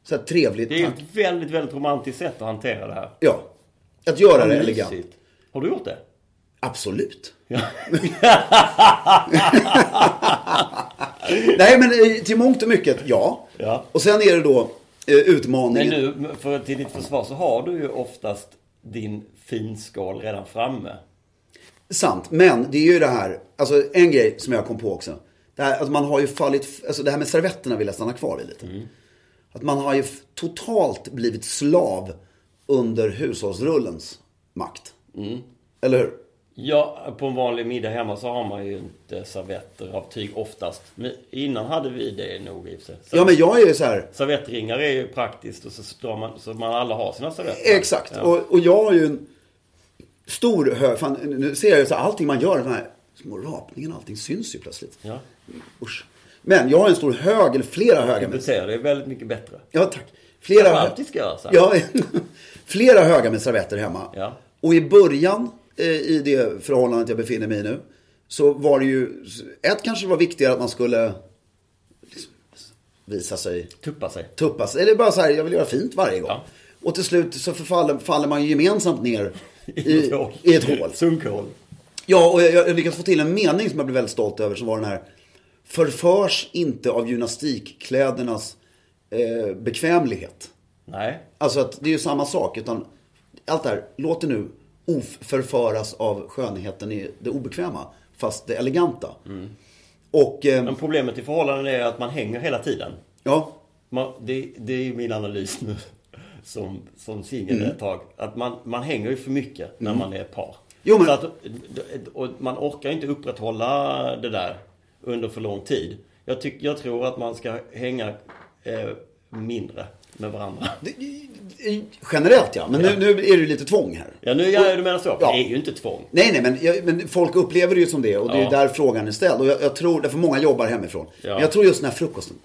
[SPEAKER 1] så här trevlig
[SPEAKER 2] Det är ju
[SPEAKER 1] tanke?
[SPEAKER 2] ett väldigt, väldigt romantiskt sätt att hantera det här.
[SPEAKER 1] Ja. Att göra det
[SPEAKER 2] Mysigt.
[SPEAKER 1] elegant.
[SPEAKER 2] Har du gjort det?
[SPEAKER 1] Absolut.
[SPEAKER 2] Ja.
[SPEAKER 1] Nej men eh, till mångt och mycket, ja.
[SPEAKER 2] Ja.
[SPEAKER 1] Och sen är det då eh,
[SPEAKER 2] Men
[SPEAKER 1] utmaningen.
[SPEAKER 2] nu, för till ditt försvar så har du ju oftast din finskål redan framme.
[SPEAKER 1] Sant, men det är ju det här, alltså en grej som jag kom på också. Det här, alltså man har ju fallit, alltså det här med servetterna vill jag stanna kvar vid lite.
[SPEAKER 2] Mm.
[SPEAKER 1] Att man har ju f- totalt blivit slav under hushållsrullens makt.
[SPEAKER 2] Mm.
[SPEAKER 1] Eller hur?
[SPEAKER 2] Ja, på en vanlig middag hemma så har man ju inte servetter av tyg oftast. Men innan hade vi det nog i och för sig.
[SPEAKER 1] Ja men jag är ju så här,
[SPEAKER 2] Servettringar är ju praktiskt och så drar man, så man alla har sina servetter.
[SPEAKER 1] exakt.
[SPEAKER 2] Ja.
[SPEAKER 1] Och, och jag har ju en stor hö, fan, nu ser jag ju så här, allting man gör, de här små rapningarna, allting syns ju plötsligt.
[SPEAKER 2] Ja.
[SPEAKER 1] Usch. Men jag har en stor hög, eller flera högar med
[SPEAKER 2] Du ser, det är väldigt mycket bättre.
[SPEAKER 1] Ja, tack. Flera,
[SPEAKER 2] Kanske alltid ska göra så här.
[SPEAKER 1] ja, flera högar med servetter hemma.
[SPEAKER 2] Ja.
[SPEAKER 1] Och i början, eh, i det förhållandet jag befinner mig i nu, så var det ju... Ett kanske var viktigare att man skulle liksom visa sig,
[SPEAKER 2] Tuppa sig.
[SPEAKER 1] tuppa sig. Eller bara så här, jag vill göra fint varje gång.
[SPEAKER 2] Ja.
[SPEAKER 1] Och till slut så förfaller, faller man ju gemensamt ner
[SPEAKER 2] I
[SPEAKER 1] i,
[SPEAKER 2] ett hål.
[SPEAKER 1] i ett hål.
[SPEAKER 2] Sunkhål.
[SPEAKER 1] Ja, och jag, jag lyckades få till en mening som jag blev väldigt stolt över som var den här. Förförs inte av gymnastikklädernas eh, bekvämlighet.
[SPEAKER 2] Nej.
[SPEAKER 1] Alltså att det är ju samma sak. Utan allt det här, låt det nu oförföras av skönheten i det obekväma. Fast det eleganta.
[SPEAKER 2] Mm.
[SPEAKER 1] Och eh,
[SPEAKER 2] Men problemet i förhållanden är att man hänger hela tiden.
[SPEAKER 1] ja,
[SPEAKER 2] Man, det, det är ju min analys nu. Som, som singel
[SPEAKER 1] Mm.
[SPEAKER 2] ett tag. Att man, man hänger ju för mycket när man är ett par.
[SPEAKER 1] Jo, men-
[SPEAKER 2] Så att, och man orkar inte upprätthålla det där under för lång tid. Jag, tyck, jag tror att man ska hänga eh, mindre med varandra.
[SPEAKER 1] generellt ja. Men nu, nu är det ju lite tvång här.
[SPEAKER 2] Ja, nu gör jag du menar så.
[SPEAKER 1] Ja.
[SPEAKER 2] Det är ju inte tvång.
[SPEAKER 1] Nej, nej, men, jag, men folk upplever det ju som det och det är ju
[SPEAKER 2] Ja.
[SPEAKER 1] där frågan är ställd. Och jag, jag tror, därför många jobbar hemifrån.
[SPEAKER 2] Ja.
[SPEAKER 1] Men jag tror just den här frukosten.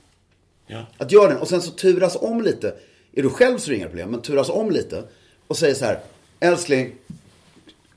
[SPEAKER 2] Ja.
[SPEAKER 1] Att göra den och sen så turas om lite. Är du själv så är det inga problem, men turas om lite. Och säger så här, älskling.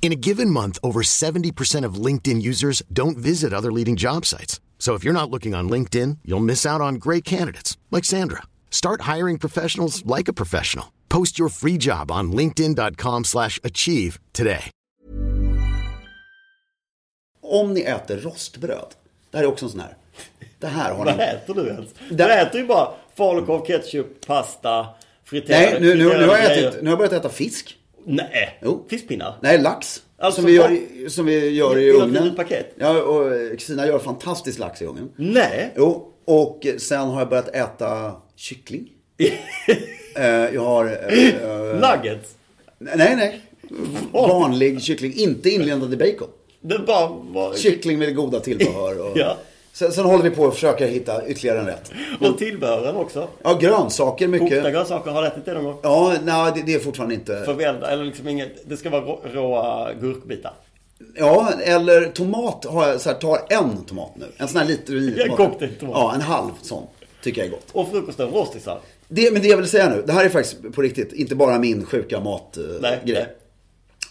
[SPEAKER 3] In a given month, over 70% of LinkedIn users don't visit other leading job sites. So if you're not looking on LinkedIn, you'll miss out on great candidates like Sandra. Start hiring professionals like a professional. Post your free job on linkedin.com/achieve slash achieve today.
[SPEAKER 1] Om ni äter rostbröd. Det här är också en sån här. Det här har
[SPEAKER 2] Vad
[SPEAKER 1] ni.
[SPEAKER 2] äter du ens?
[SPEAKER 1] Där-
[SPEAKER 2] Du äter ju bara falukorv, ketchup, pasta, friterade
[SPEAKER 1] Nej, nu, nu, nu,
[SPEAKER 2] friterade
[SPEAKER 1] har jag
[SPEAKER 2] grejer.
[SPEAKER 1] ätit, nu har jag börjat äta fisk.
[SPEAKER 2] Nej,
[SPEAKER 1] Jo.
[SPEAKER 2] fiskpinnar.
[SPEAKER 1] Nej, lax.
[SPEAKER 2] Alltså,
[SPEAKER 1] som, vi gör, i- som vi gör i
[SPEAKER 2] Gillar du
[SPEAKER 1] ugnen.
[SPEAKER 2] ett paket?
[SPEAKER 1] Ja, och eh, Kristina gör fantastisk lax i ugnen.
[SPEAKER 2] Nej.
[SPEAKER 1] Jo, och sen har jag börjat äta kyckling. eh, jag har... Eh, eh,
[SPEAKER 2] Nuggets.
[SPEAKER 1] nej, nej. Vanlig kyckling. Inte inlindad i bacon.
[SPEAKER 2] Det bara var...
[SPEAKER 1] Kyckling med goda tillbehör. Och...
[SPEAKER 2] Ja.
[SPEAKER 1] sen, sen håller vi på och försöker hitta ytterligare en rätt.
[SPEAKER 2] Och tillbehören också.
[SPEAKER 1] Ja, grönsaker
[SPEAKER 2] Kokta
[SPEAKER 1] mycket.
[SPEAKER 2] grönsaker, har du ätit det någon gång?
[SPEAKER 1] Ja, nej, det, det är fortfarande inte...
[SPEAKER 2] Förvälda, eller liksom inget, det ska vara rå, råa gurkbitar.
[SPEAKER 1] Ja, eller tomat har jag så här, tar en tomat nu. En sån här liten
[SPEAKER 2] En cocktailtomat.
[SPEAKER 1] Ja, en halv sån. Tycker jag är gott.
[SPEAKER 2] Och frukosten, rostisar.
[SPEAKER 1] Det, men det jag vill säga nu, det här är faktiskt på riktigt, inte bara min sjuka
[SPEAKER 2] Nej,
[SPEAKER 1] matgrej.
[SPEAKER 2] nej.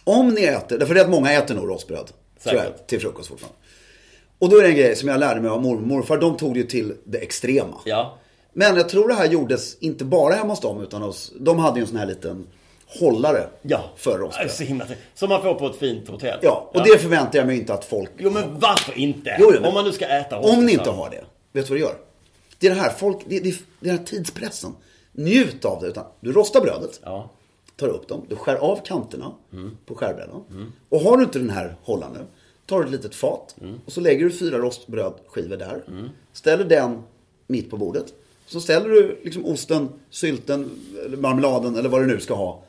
[SPEAKER 1] Om ni äter, därför det är att många äter nog rostbröd. Tror jag,
[SPEAKER 2] Säkert.
[SPEAKER 1] till frukost fortfarande. Och då är det en grej som jag lärde mig av mormor och morfar. De tog det ju till det extrema.
[SPEAKER 2] Ja.
[SPEAKER 1] Men jag tror det här gjordes inte bara hemma hos dem, utan hos, de hade ju en sån här liten hållare
[SPEAKER 2] Ja.
[SPEAKER 1] för
[SPEAKER 2] Ja,
[SPEAKER 1] rostbröd.
[SPEAKER 2] Så himla trevligt. Som man får på ett fint hotell.
[SPEAKER 1] Ja, och det förväntar jag mig inte att folk
[SPEAKER 2] Jo men varför inte?
[SPEAKER 1] Jo, jo, men-
[SPEAKER 2] Om man nu ska äta
[SPEAKER 1] Om ni
[SPEAKER 2] rostisar.
[SPEAKER 1] inte har det, vet du vad du gör? Det är det här, folk, det, det, det är den här tidspressen. Njut av det. Utan du rostar brödet,
[SPEAKER 2] Ja.
[SPEAKER 1] tar upp dem, du skär av kanterna på skärbrädan. Och har du inte den här hållaren nu, tar du ett litet fat och så lägger du fyra rostbrödskivor där. Ställer den mitt på bordet. Så ställer du liksom osten, sylten, eller marmeladen eller vad du nu ska ha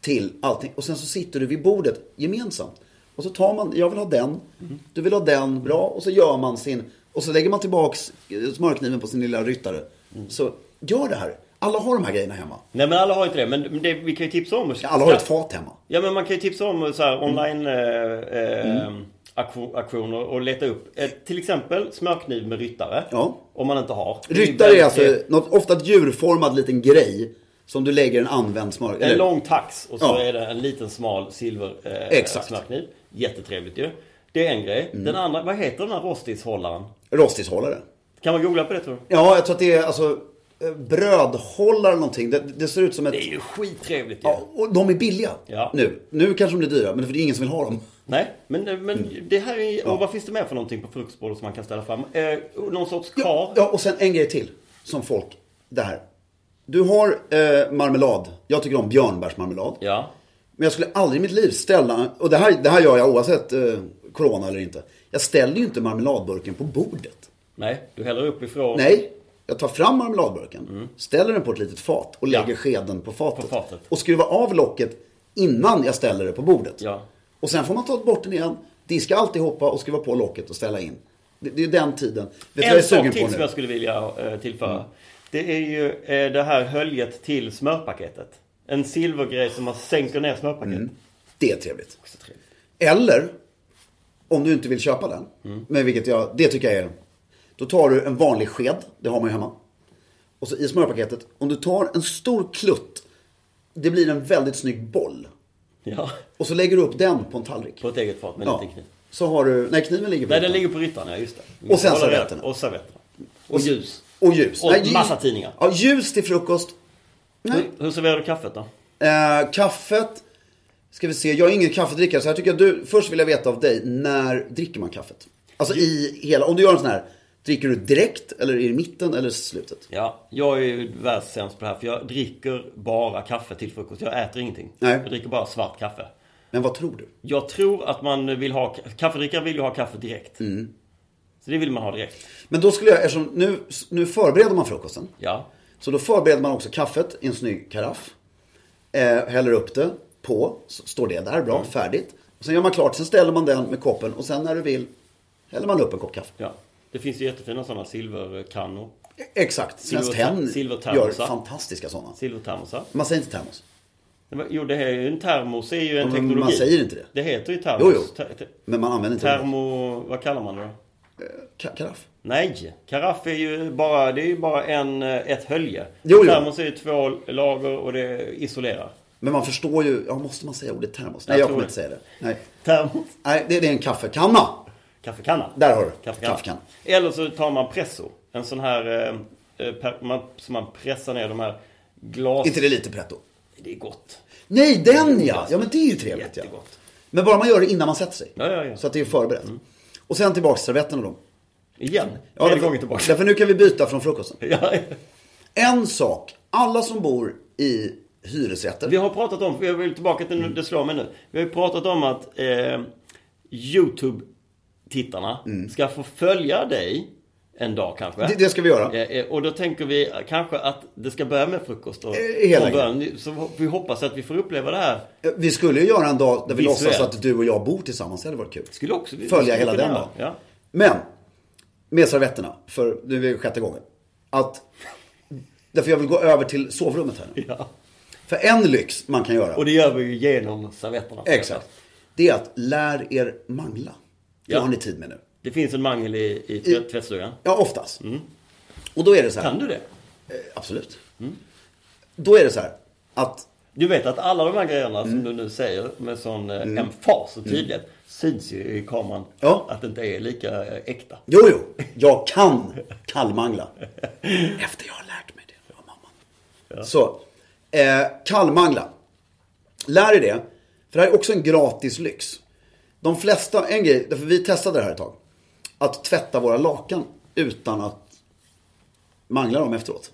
[SPEAKER 1] till allting. Och sen så sitter du vid bordet gemensamt. Och så tar man, jag vill ha den, du vill ha den, bra. Och så gör man sin, och så lägger man tillbaks eh, smörkniven på sin lilla ryttare. Så gör det här. Alla har de här grejerna hemma.
[SPEAKER 2] Nej men alla har inte det. Men men det, vi kan ju tipsa om... att-
[SPEAKER 1] Alla har ett Mm. fat hemma.
[SPEAKER 2] Ja men man kan ju tipsa om så här online eh, eh, auktion- auktioner och leta upp eh, till exempel smörkniv med ryttare.
[SPEAKER 1] Ja.
[SPEAKER 2] Om man inte har. Det ju
[SPEAKER 1] Ryttare är
[SPEAKER 2] väldigt
[SPEAKER 1] alltså
[SPEAKER 2] trevligt.
[SPEAKER 1] något, ofta ett djurformad liten grej som du lägger en använd smör...
[SPEAKER 2] En
[SPEAKER 1] eller-
[SPEAKER 2] lång tax och så
[SPEAKER 1] Ja.
[SPEAKER 2] är det en liten smal silver eh,
[SPEAKER 1] Exakt. Mm.
[SPEAKER 2] smörkniv. Jättetrevligt ju. Det är en grej. Den andra, vad heter den här rostishållaren?
[SPEAKER 1] Rostishållare.
[SPEAKER 2] Kan man googla på det tror du?
[SPEAKER 1] Ja, jag tror att det är alltså eh, brödhållare eller någonting. Det, det ser ut som ett...
[SPEAKER 2] Det är ju skittrevligt ju.
[SPEAKER 1] Ja, och de är billiga
[SPEAKER 2] Ja.
[SPEAKER 1] nu. Nu kanske de blir dyra, men för det är ingen som vill ha dem.
[SPEAKER 2] Nej, men, eh, men
[SPEAKER 1] Mm.
[SPEAKER 2] det här är Och vad finns det mer för någonting på frukostbordet som man kan ställa fram? Eh, någon sorts kar?
[SPEAKER 1] Ja, och sen en grej till som folk... Det här. Du har eh, marmelad. Jag tycker om björnbärsmarmelad.
[SPEAKER 2] Ja.
[SPEAKER 1] Men jag skulle aldrig i mitt liv ställa, och det här, det här gör jag oavsett eh, corona eller inte. Jag ställer ju inte marmeladburken på bordet.
[SPEAKER 2] Nej, du häller upp ifrån...
[SPEAKER 1] Nej, jag tar fram marmeladburken, ställer den på ett litet fat och
[SPEAKER 2] Mm. Ja.
[SPEAKER 1] lägger skeden på fatet.
[SPEAKER 2] På fatet.
[SPEAKER 1] Och skruvar av locket innan jag ställer det på bordet.
[SPEAKER 2] Ja.
[SPEAKER 1] Och sen får man ta bort den igen, diska alltihopa och skruva på locket och ställa in. Det, det är den tiden. Vet du vad jag är
[SPEAKER 2] En sak
[SPEAKER 1] sugen
[SPEAKER 2] till
[SPEAKER 1] på Mm.
[SPEAKER 2] som
[SPEAKER 1] nu?
[SPEAKER 2] jag skulle vilja eh, tillföra. Det är ju eh, det här höljet till smörpaketet. En silvergrej som man sänker ner smörpaketet.
[SPEAKER 1] Mm. Det är trevligt.
[SPEAKER 2] Också trevligt.
[SPEAKER 1] Eller, om du inte vill köpa den,
[SPEAKER 2] Mm.
[SPEAKER 1] men vilket jag, det tycker jag är, då tar du en vanlig sked, det har man ju hemma. Och så i smörpaketet, om du tar en stor klutt, det blir en väldigt snygg boll.
[SPEAKER 2] Ja,
[SPEAKER 1] Och så lägger du upp den på en tallrik.
[SPEAKER 2] på ett eget fat med en liten kniv.
[SPEAKER 1] Så har du, nej kniven ligger på
[SPEAKER 2] Nej,
[SPEAKER 1] utan.
[SPEAKER 2] den ligger på ryttaren, ja just det.
[SPEAKER 1] Och sen
[SPEAKER 2] Håller reda-
[SPEAKER 1] servetterna.
[SPEAKER 2] Och servetterna. Och ljus.
[SPEAKER 1] Och ljus.
[SPEAKER 2] Och
[SPEAKER 1] nej, ljus-
[SPEAKER 2] massa tidningar.
[SPEAKER 1] Ja, ljus till frukost. Nej.
[SPEAKER 2] Hur, hur serverar du kaffet då?
[SPEAKER 1] Eh, kaffet. Ska vi se, jag är ingen kaffedrickare så här tycker jag du, först vill jag veta av dig, när dricker man kaffet? Alltså i hela, om du gör en sån här, dricker du direkt eller i mitten eller slutet?
[SPEAKER 2] Ja, jag är ju världssämst på det här för jag dricker bara kaffe till frukost. Jag äter ingenting.
[SPEAKER 1] Nej.
[SPEAKER 2] Jag dricker bara svart kaffe.
[SPEAKER 1] Men vad tror du?
[SPEAKER 2] Jag tror att man vill ha... Kaffedrickare vill ju ha kaffe direkt.
[SPEAKER 1] Mm.
[SPEAKER 2] Så det vill man ha direkt.
[SPEAKER 1] Men då skulle jag, eftersom nu, nu förbereder man frukosten.
[SPEAKER 2] Ja.
[SPEAKER 1] Så då förbereder man också kaffet i en snygg karaff. Eh, häller upp det på, så står det där, bra, färdigt. Och sen gör man klart, sen ställer man den med koppen och sen när du vill häller man upp en kopp kaffe.
[SPEAKER 2] ja. Det finns ju jättefina sådana silverkannor.
[SPEAKER 1] E- Exakt, Svenskt
[SPEAKER 2] Silver-
[SPEAKER 1] Tenn gör
[SPEAKER 2] silvertermosar.
[SPEAKER 1] fantastiska sådana.
[SPEAKER 2] Silvertermosar.
[SPEAKER 1] Man säger inte termos.
[SPEAKER 2] Men- Jo, det här är ju en termos. är ju en
[SPEAKER 1] Men man
[SPEAKER 2] teknologi.
[SPEAKER 1] säger inte det.
[SPEAKER 2] Det heter ju termos.
[SPEAKER 1] Jo, jo.
[SPEAKER 2] Te- te-
[SPEAKER 1] Men man använder inte ordet.
[SPEAKER 2] Termo... Vad kallar man det då?
[SPEAKER 1] Ka- karaff.
[SPEAKER 2] Nej, karaff är ju bara, det är ju bara en, ett hölje.
[SPEAKER 1] Jo, jo.
[SPEAKER 2] Termos är ju två lager och det isolerar.
[SPEAKER 1] Men man förstår ju, ja måste man säga ordet termos? Nej,
[SPEAKER 2] Jag
[SPEAKER 1] jag
[SPEAKER 2] tror
[SPEAKER 1] kommer
[SPEAKER 2] det.
[SPEAKER 1] inte säga det. Nej,
[SPEAKER 2] Termos.
[SPEAKER 1] Nej det, det är en kaffekanna.
[SPEAKER 2] Kaffekanna.
[SPEAKER 1] Där har du.
[SPEAKER 2] Kaffekanna.
[SPEAKER 1] Kaffekanna.
[SPEAKER 2] Eller så tar man presso. En sån här eh, eh, per, man, som man pressar ner de här glas...
[SPEAKER 1] inte det lite pretto?
[SPEAKER 2] Det är gott.
[SPEAKER 1] Nej, den ja! Ja, men det är ju trevligt. Ja.
[SPEAKER 2] Jättegott.
[SPEAKER 1] Men bara man gör det innan man sätter sig.
[SPEAKER 2] Ja, ja, ja. Mm.
[SPEAKER 1] Så att det är förberett. Och sen tillbaka till servetterna då.
[SPEAKER 2] Igen. Ja, Tredje
[SPEAKER 1] därför-
[SPEAKER 2] gången tillbaka.
[SPEAKER 1] Därför nu kan vi byta från frukosten.
[SPEAKER 2] Ja,
[SPEAKER 1] En sak. Alla som bor i hyresrätter.
[SPEAKER 2] vi har pratat om, jag vill tillbaka till
[SPEAKER 1] Mm.
[SPEAKER 2] nu, det slår mig nu. Vi har ju pratat om att eh, YouTube-tittarna ska få följa dig en dag kanske.
[SPEAKER 1] Mm. Det- det ska vi göra.
[SPEAKER 2] Eh, eh, och då tänker vi kanske att det ska börja med frukost. Och,
[SPEAKER 1] Eh, hela
[SPEAKER 2] från början. Så vi hoppas att vi får uppleva det här.
[SPEAKER 1] Vi skulle ju göra en dag där vi
[SPEAKER 2] Visuellt.
[SPEAKER 1] låtsas att du och jag bor tillsammans. Det hade varit kul.
[SPEAKER 2] Skulle också vi-
[SPEAKER 1] Följa
[SPEAKER 2] skulle
[SPEAKER 1] hela
[SPEAKER 2] kunna
[SPEAKER 1] den
[SPEAKER 2] göra,
[SPEAKER 1] dagen.
[SPEAKER 2] Ja.
[SPEAKER 1] Men, med servetterna, för nu är vi sjätte gången. Att, därför jag vill gå över till sovrummet här nu.
[SPEAKER 2] Ja.
[SPEAKER 1] För en lyx man kan göra,
[SPEAKER 2] Och det gör vi ju genom servetterna.
[SPEAKER 1] exakt, det är att lär er mangla. Det
[SPEAKER 2] Ja.
[SPEAKER 1] har ni tid med nu.
[SPEAKER 2] Det finns en mangel i, i tvätt- tvättstugan.
[SPEAKER 1] Ja, oftast. Och då är det så här.
[SPEAKER 2] Mm.
[SPEAKER 1] eh,
[SPEAKER 2] Kan du Mm. det?
[SPEAKER 1] Absolut. Då är det så här att
[SPEAKER 2] Du vet att alla de här grejerna
[SPEAKER 1] Mm.
[SPEAKER 2] som du nu säger med sån eh, emfas och tydlighet syns ju i kameran.
[SPEAKER 1] Ja.
[SPEAKER 2] Att det inte är lika eh, äkta.
[SPEAKER 1] Jo, jo, jag kan kallmangla. Efter jag har lärt mig det av mamma. Så, eh, kallmangla. Lär er det. För det här är också en gratis lyx. De flesta, en grej, därför vi testade det här ett tag. Att tvätta våra lakan utan att mangla dem efteråt.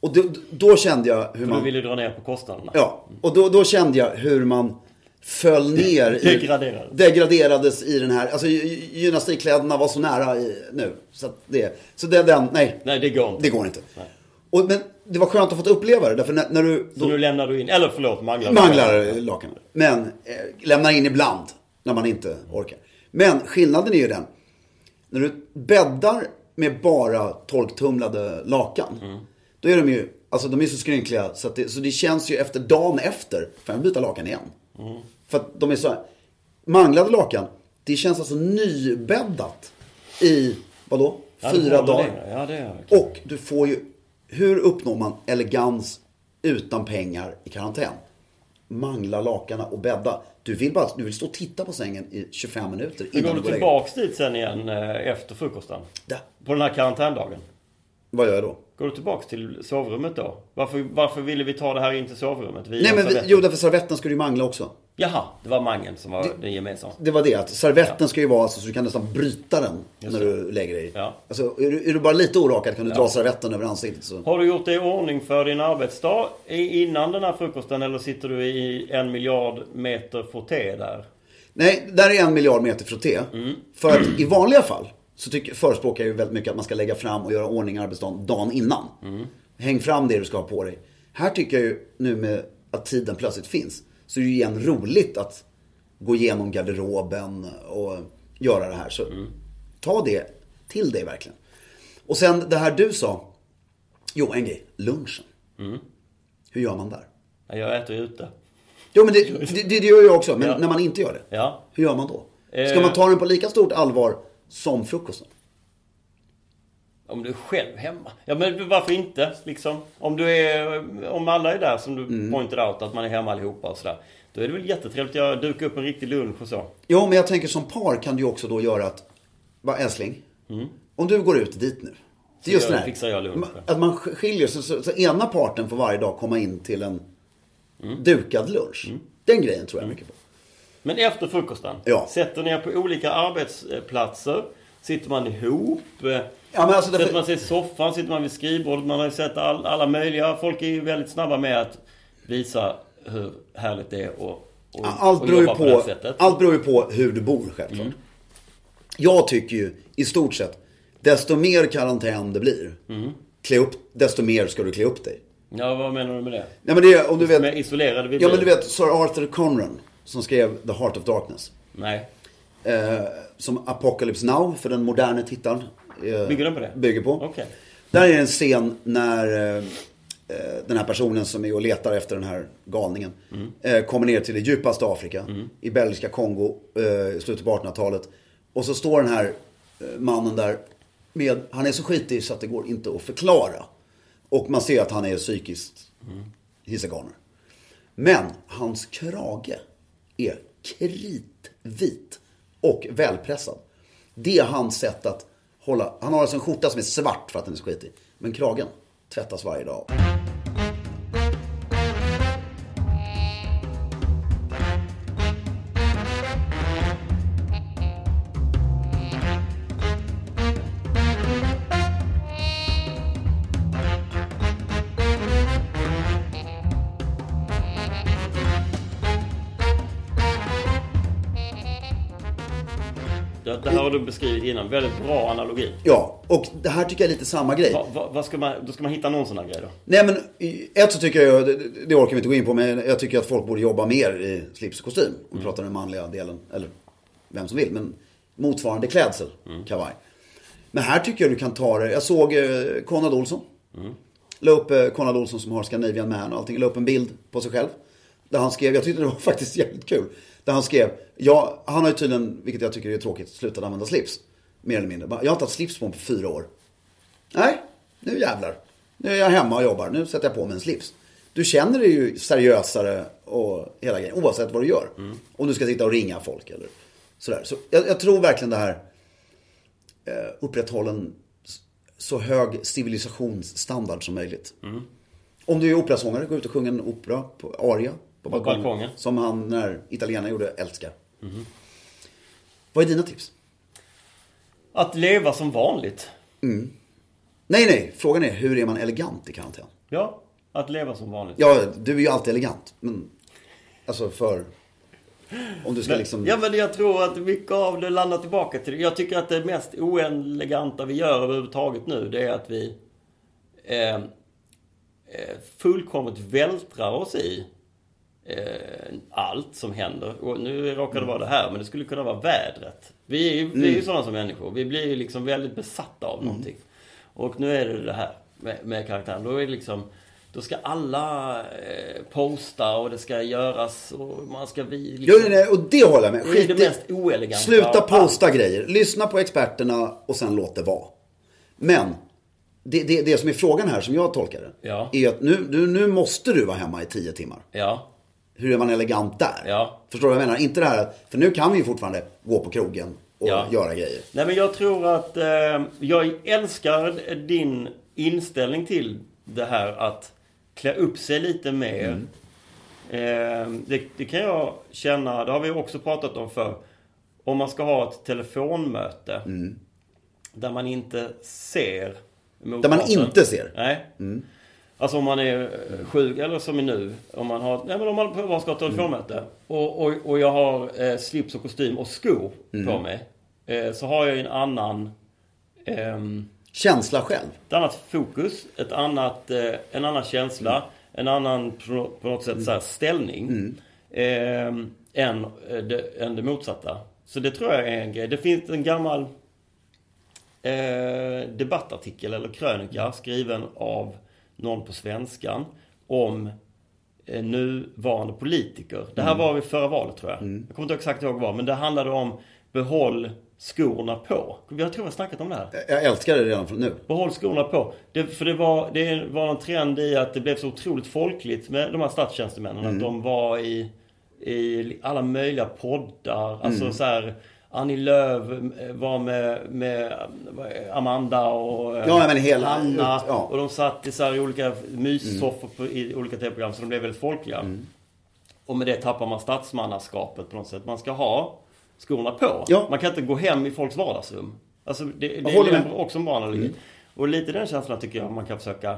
[SPEAKER 1] Och då, då kände jag hur
[SPEAKER 2] Mm. För du
[SPEAKER 1] man...
[SPEAKER 2] vill ju dra ner på kostnaderna.
[SPEAKER 1] Ja, och då, då kände jag hur man föll ner i...
[SPEAKER 2] Degraderades.
[SPEAKER 1] Degraderades i den här, alltså gy- gy- gymnastikkläderna var så nära i, nu. Så att det, så det, den, nej.
[SPEAKER 2] Nej, det går inte.
[SPEAKER 1] Det går inte. Och, men det var skönt att få uppleva det, därför när, när du...
[SPEAKER 2] Så nu lämnar du in, eller förlåt, manglar.
[SPEAKER 1] Manglar lakan. Men eh, lämnar in ibland när man inte orkar. Men skillnaden är ju den. När du bäddar med bara torktumlade lakan.
[SPEAKER 2] Mm.
[SPEAKER 1] Då är de ju, alltså de är så skrynkliga så, att det, så det känns ju efter dagen efter. Får jag byta lakan igen?
[SPEAKER 2] Mm.
[SPEAKER 1] För att de är så här, manglade lakan. Det känns alltså nybäddat i, vadå?
[SPEAKER 2] Ja, du
[SPEAKER 1] Fyra
[SPEAKER 2] håller
[SPEAKER 1] dagar.
[SPEAKER 2] det. Ja, det gör jag.
[SPEAKER 1] Och du får ju, hur uppnår man elegans utan pengar i karantän? Mangla lakanen och bädda. Du vill bara du vill stå och titta på sängen i 25 minuter
[SPEAKER 2] Men
[SPEAKER 1] innan du går
[SPEAKER 2] går du
[SPEAKER 1] och lägger dig.
[SPEAKER 2] tillbaks dit sen igen eh, efter frukosten?
[SPEAKER 1] Där.
[SPEAKER 2] På den här karantändagen?
[SPEAKER 1] Vad gör jag då?
[SPEAKER 2] Går du tillbaks till sovrummet då? Varför, varför ville vi ta det här in till sovrummet? Vi
[SPEAKER 1] Nej
[SPEAKER 2] och
[SPEAKER 1] men vi,
[SPEAKER 2] servetten.
[SPEAKER 1] jo, därför servetten ska du ju mangla också.
[SPEAKER 2] Jaha, det var mangeln som var den gemensamma.
[SPEAKER 1] Det var det att servetten ska ju vara alltså, så du kan nästan bryta den när du lägger dig.
[SPEAKER 2] Ja.
[SPEAKER 1] Alltså, är, du, är du bara lite orakad kan du dra servetten över ansiktet. Så.
[SPEAKER 2] Har du gjort dig i ordning för din arbetsdag i- innan den här frukosten eller sitter du i en miljard meter frotté där?
[SPEAKER 1] Nej, där är en miljard meter frotté.
[SPEAKER 2] Mm.
[SPEAKER 1] För att i vanliga fall så tycker, förespråkar jag ju väldigt mycket att man ska lägga fram och göra ordning i arbetsdagen dagen innan.
[SPEAKER 2] Mm.
[SPEAKER 1] Häng fram det du ska ha på dig. Här tycker jag ju nu med att tiden plötsligt finns så är det ju igen roligt att gå igenom garderoben och göra det här. Så
[SPEAKER 2] Mm.
[SPEAKER 1] ta det till dig verkligen. Och sen det här du sa. Jo, en grej. Lunchen.
[SPEAKER 2] Mm.
[SPEAKER 1] Hur gör man där?
[SPEAKER 2] Nej, Jag äter ju ute.
[SPEAKER 1] Jo, men det, det, det, det gör jag också. Men
[SPEAKER 2] Ja.
[SPEAKER 1] när man inte gör det.
[SPEAKER 2] Ja.
[SPEAKER 1] Hur gör man då? Ska
[SPEAKER 2] Eh.
[SPEAKER 1] man ta den på lika stort allvar som frukosten?
[SPEAKER 2] Om du är själv hemma. Ja men varför inte liksom? Om du är... Om alla är där som du pointed out att man är hemma allihopa och sådär. Då är det väl jättetrevligt att göra- duka upp en riktig lunch och så.
[SPEAKER 1] Jo, men jag tänker som par kan du ju också då göra att, va älskling, om du går ut dit nu. Det är just
[SPEAKER 2] Mm.
[SPEAKER 1] det
[SPEAKER 2] gör-
[SPEAKER 1] här.
[SPEAKER 2] fixar jag lunchen.
[SPEAKER 1] Ma- Att man sk- skiljer sig, så, så ena parten får varje dag komma in till en
[SPEAKER 2] Mm.
[SPEAKER 1] dukad lunch. Den grejen tror jag mycket på.
[SPEAKER 2] Men efter frukosten.
[SPEAKER 1] Ja.
[SPEAKER 2] Sätter ni er på olika arbetsplatser. Sitter man ihop.
[SPEAKER 1] Ja, men alltså,
[SPEAKER 2] Sätter
[SPEAKER 1] därför,
[SPEAKER 2] man sig i soffan, sitter man vid skrivbordet. Man har ju sett all, alla möjliga. Folk är ju väldigt snabba med att visa hur härligt det är att och,
[SPEAKER 1] allt,
[SPEAKER 2] och
[SPEAKER 1] beror ju
[SPEAKER 2] jobba det här
[SPEAKER 1] på,
[SPEAKER 2] sättet. Mm.
[SPEAKER 1] allt beror ju på hur du bor självklart. Jag tycker ju i stort sett, desto mer karantän det blir,
[SPEAKER 2] Mm.
[SPEAKER 1] klä upp, desto mer ska du klä upp dig.
[SPEAKER 2] Ja, vad menar du med det?
[SPEAKER 1] Nej men det är, om du
[SPEAKER 2] Med
[SPEAKER 1] vet,
[SPEAKER 2] isolerade vi
[SPEAKER 1] ja men
[SPEAKER 2] blir.
[SPEAKER 1] du vet Sir Arthur Conran som skrev The Heart of Darkness.
[SPEAKER 2] Nej.
[SPEAKER 1] Eh, som Apocalypse Now för den moderna tittaren. Eh,
[SPEAKER 2] Bygger den på det?
[SPEAKER 1] Bygger på.
[SPEAKER 2] Okej.
[SPEAKER 1] Där är en scen när eh, eh, den här personen som är och letar efter den här galningen.
[SPEAKER 2] Mm.
[SPEAKER 1] Eh, kommer ner till det djupaste Afrika. I belgiska Kongo eh, i slutet på 1800-talet. Och så står den här eh, mannen där. Med, han är så skitig så att det går
[SPEAKER 2] Mm.
[SPEAKER 1] inte att förklara. Och man ser att han är psykiskt he's a goner. Men hans krage är kritvit och välpressad. Det är hans sätt att hålla... Han har alltså en skjorta som är svart för att den är så skitig. Men kragen tvättas varje dag.
[SPEAKER 2] Det, det här har du beskrivit innan. Väldigt bra analogi.
[SPEAKER 1] Ja, och det här tycker jag är lite samma grej.
[SPEAKER 2] Va, va, vad ska man, då ska man hitta någon sån här grej då?
[SPEAKER 1] Nej men i- ett så tycker jag, det- det orkar vi inte gå in på, men jag tycker att folk borde jobba mer i slips och kostym. Om vi pratar den manliga delen, eller vem som vill. Men motsvarande klädsel, kavaj. Men här tycker jag du kan ta det, jag såg eh, Konrad Olsson. La upp eh, Konrad Olsson som har Scandinavian Man och allting. La upp en bild på sig själv. Där han skrev, jag tyckte det var faktiskt jävligt kul. Där han skrev, ja, han har ju tydligen, vilket jag tycker är tråkigt, slutat använda slips. Mer eller mindre. Bara, Jag har inte haft slips på mig på fyra år. Nej, nu jävlar. Nu är jag hemma och jobbar. Nu sätter jag på mig en slips. Du känner dig ju seriösare och hela grejen. Oavsett vad du gör. Om du ska sitta och ringa folk eller sådär. Så jag, jag tror verkligen det här eh, upprätthållen s- så hög civilisationsstandard som möjligt. Om du är operasångare, gå ut och sjung en opera på aria. På balkongen.
[SPEAKER 2] balkongen.
[SPEAKER 1] Som han när italienaren gjorde, älskar. Vad är dina tips?
[SPEAKER 2] Att leva som vanligt.
[SPEAKER 1] Nej, nej. Frågan är hur är man elegant i karantän?
[SPEAKER 2] Ja, att leva som vanligt.
[SPEAKER 1] Ja, du är ju alltid elegant. Men, alltså för... Om du ska liksom...
[SPEAKER 2] Ja men jag tror att mycket av det landar tillbaka till Jag tycker att det mest oeleganta vi gör överhuvudtaget nu det är att vi eh, eh, fullkomligt vältrar oss i eh, allt som händer. Och nu råkar det vara det här men det skulle kunna vara vädret. Vi är ju, vi är
[SPEAKER 1] Mm.
[SPEAKER 2] ju sådana som människor. Vi blir ju liksom väldigt besatta av någonting. Och nu är det det här med, med karaktären. Då är det liksom då ska alla eh, posta och det ska göras och man ska vi
[SPEAKER 1] Jo,
[SPEAKER 2] liksom...
[SPEAKER 1] nej, nej, och det håller jag med.
[SPEAKER 2] Det är det
[SPEAKER 1] i-
[SPEAKER 2] mest oeleganta
[SPEAKER 1] Sluta
[SPEAKER 2] av allt.
[SPEAKER 1] posta grejer. Lyssna på experterna och sen låt det vara. Men, det, det, det som är frågan här, som jag tolkar det.
[SPEAKER 2] Ja.
[SPEAKER 1] Är att nu, du, nu måste du vara hemma i tio timmar.
[SPEAKER 2] Ja.
[SPEAKER 1] Hur är man elegant där?
[SPEAKER 2] Ja.
[SPEAKER 1] Förstår du vad jag menar? Inte det här att- För nu kan vi ju fortfarande gå på krogen och
[SPEAKER 2] Ja.
[SPEAKER 1] göra grejer.
[SPEAKER 2] Nej men jag tror att eh, jag älskar din inställning till det här att klä upp sig lite mer. Eh, det, det kan jag känna, det har vi också pratat om för Om man ska ha ett telefonmöte
[SPEAKER 1] Mm.
[SPEAKER 2] där man inte ser
[SPEAKER 1] Där man
[SPEAKER 2] motparten.
[SPEAKER 1] inte ser. Mm.
[SPEAKER 2] Nej. Alltså om man är eh, sjuk eller som är nu. Om man har, nej men om man bara ska ha ett
[SPEAKER 1] Mm.
[SPEAKER 2] telefonmöte. Och, och, och jag har eh, slips och kostym och skor
[SPEAKER 1] Mm.
[SPEAKER 2] på mig. Eh, så har jag ju en annan... ehm,
[SPEAKER 1] Känsla själv.
[SPEAKER 2] ett annat fokus, ett annat, eh, en annan känsla, en annan på, på något sätt så här, ställning. Eh, än, eh, det, än det motsatta. Så det tror jag är en grej. Det finns en gammal eh, debattartikel eller krönika skriven av någon på Svenskan om eh, nuvarande politiker. Det här var vid förra valet tror jag. Jag kommer inte exakt ihåg vad, men det handlade om behåll skorna på. Jag tror vi har snackat om det här.
[SPEAKER 1] Jag älskar det redan från nu.
[SPEAKER 2] Behåll skorna på. Det, för det var, det var en trend i att det blev så otroligt folkligt med de här statstjänstemännen.
[SPEAKER 1] Mm.
[SPEAKER 2] Att de var i, i alla möjliga
[SPEAKER 1] Mm.
[SPEAKER 2] poddar. Alltså så här, Annie Lööf eh, var med, med Amanda och eh,
[SPEAKER 1] Ja, men hela-
[SPEAKER 2] Hanna.
[SPEAKER 1] ja.
[SPEAKER 2] Och de satt i, så här, i olika myssoffor på- i olika tv-program. Så de blev väldigt folkliga.
[SPEAKER 1] Mm.
[SPEAKER 2] Och med det tappar man statsmannaskapet på något sätt. Man ska ha skorna på.
[SPEAKER 1] Ja.
[SPEAKER 2] Man kan inte gå hem i folks vardagsrum. Alltså det, det
[SPEAKER 1] Jag håller
[SPEAKER 2] är
[SPEAKER 1] med. Mm.
[SPEAKER 2] ju också en bra analogi. Och lite den känslan tycker jag man kan försöka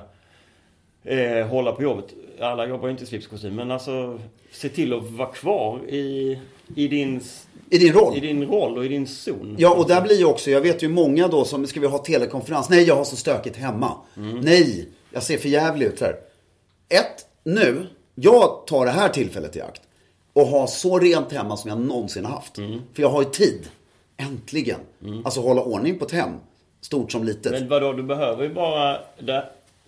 [SPEAKER 2] eh, hålla på jobbet. Alla jobbar ju inte i slips och kostym, men alltså se till att vara kvar i, i, din, s-
[SPEAKER 1] I din roll.
[SPEAKER 2] i din roll och i din zon.
[SPEAKER 1] Ja, och där blir ju också, jag vet ju många då som, ska vi ha telekonferens? Nej, jag har så stökigt hemma.
[SPEAKER 2] Mm.
[SPEAKER 1] Nej, jag ser för jävlig ut här. Ett, nu, jag tar det här tillfället i akt och har så rent hemma som jag någonsin har haft.
[SPEAKER 2] Mm.
[SPEAKER 1] För jag har ju tid, äntligen. Alltså hålla ordning på ett hem, stort som litet.
[SPEAKER 2] Men vadå, du behöver ju bara det,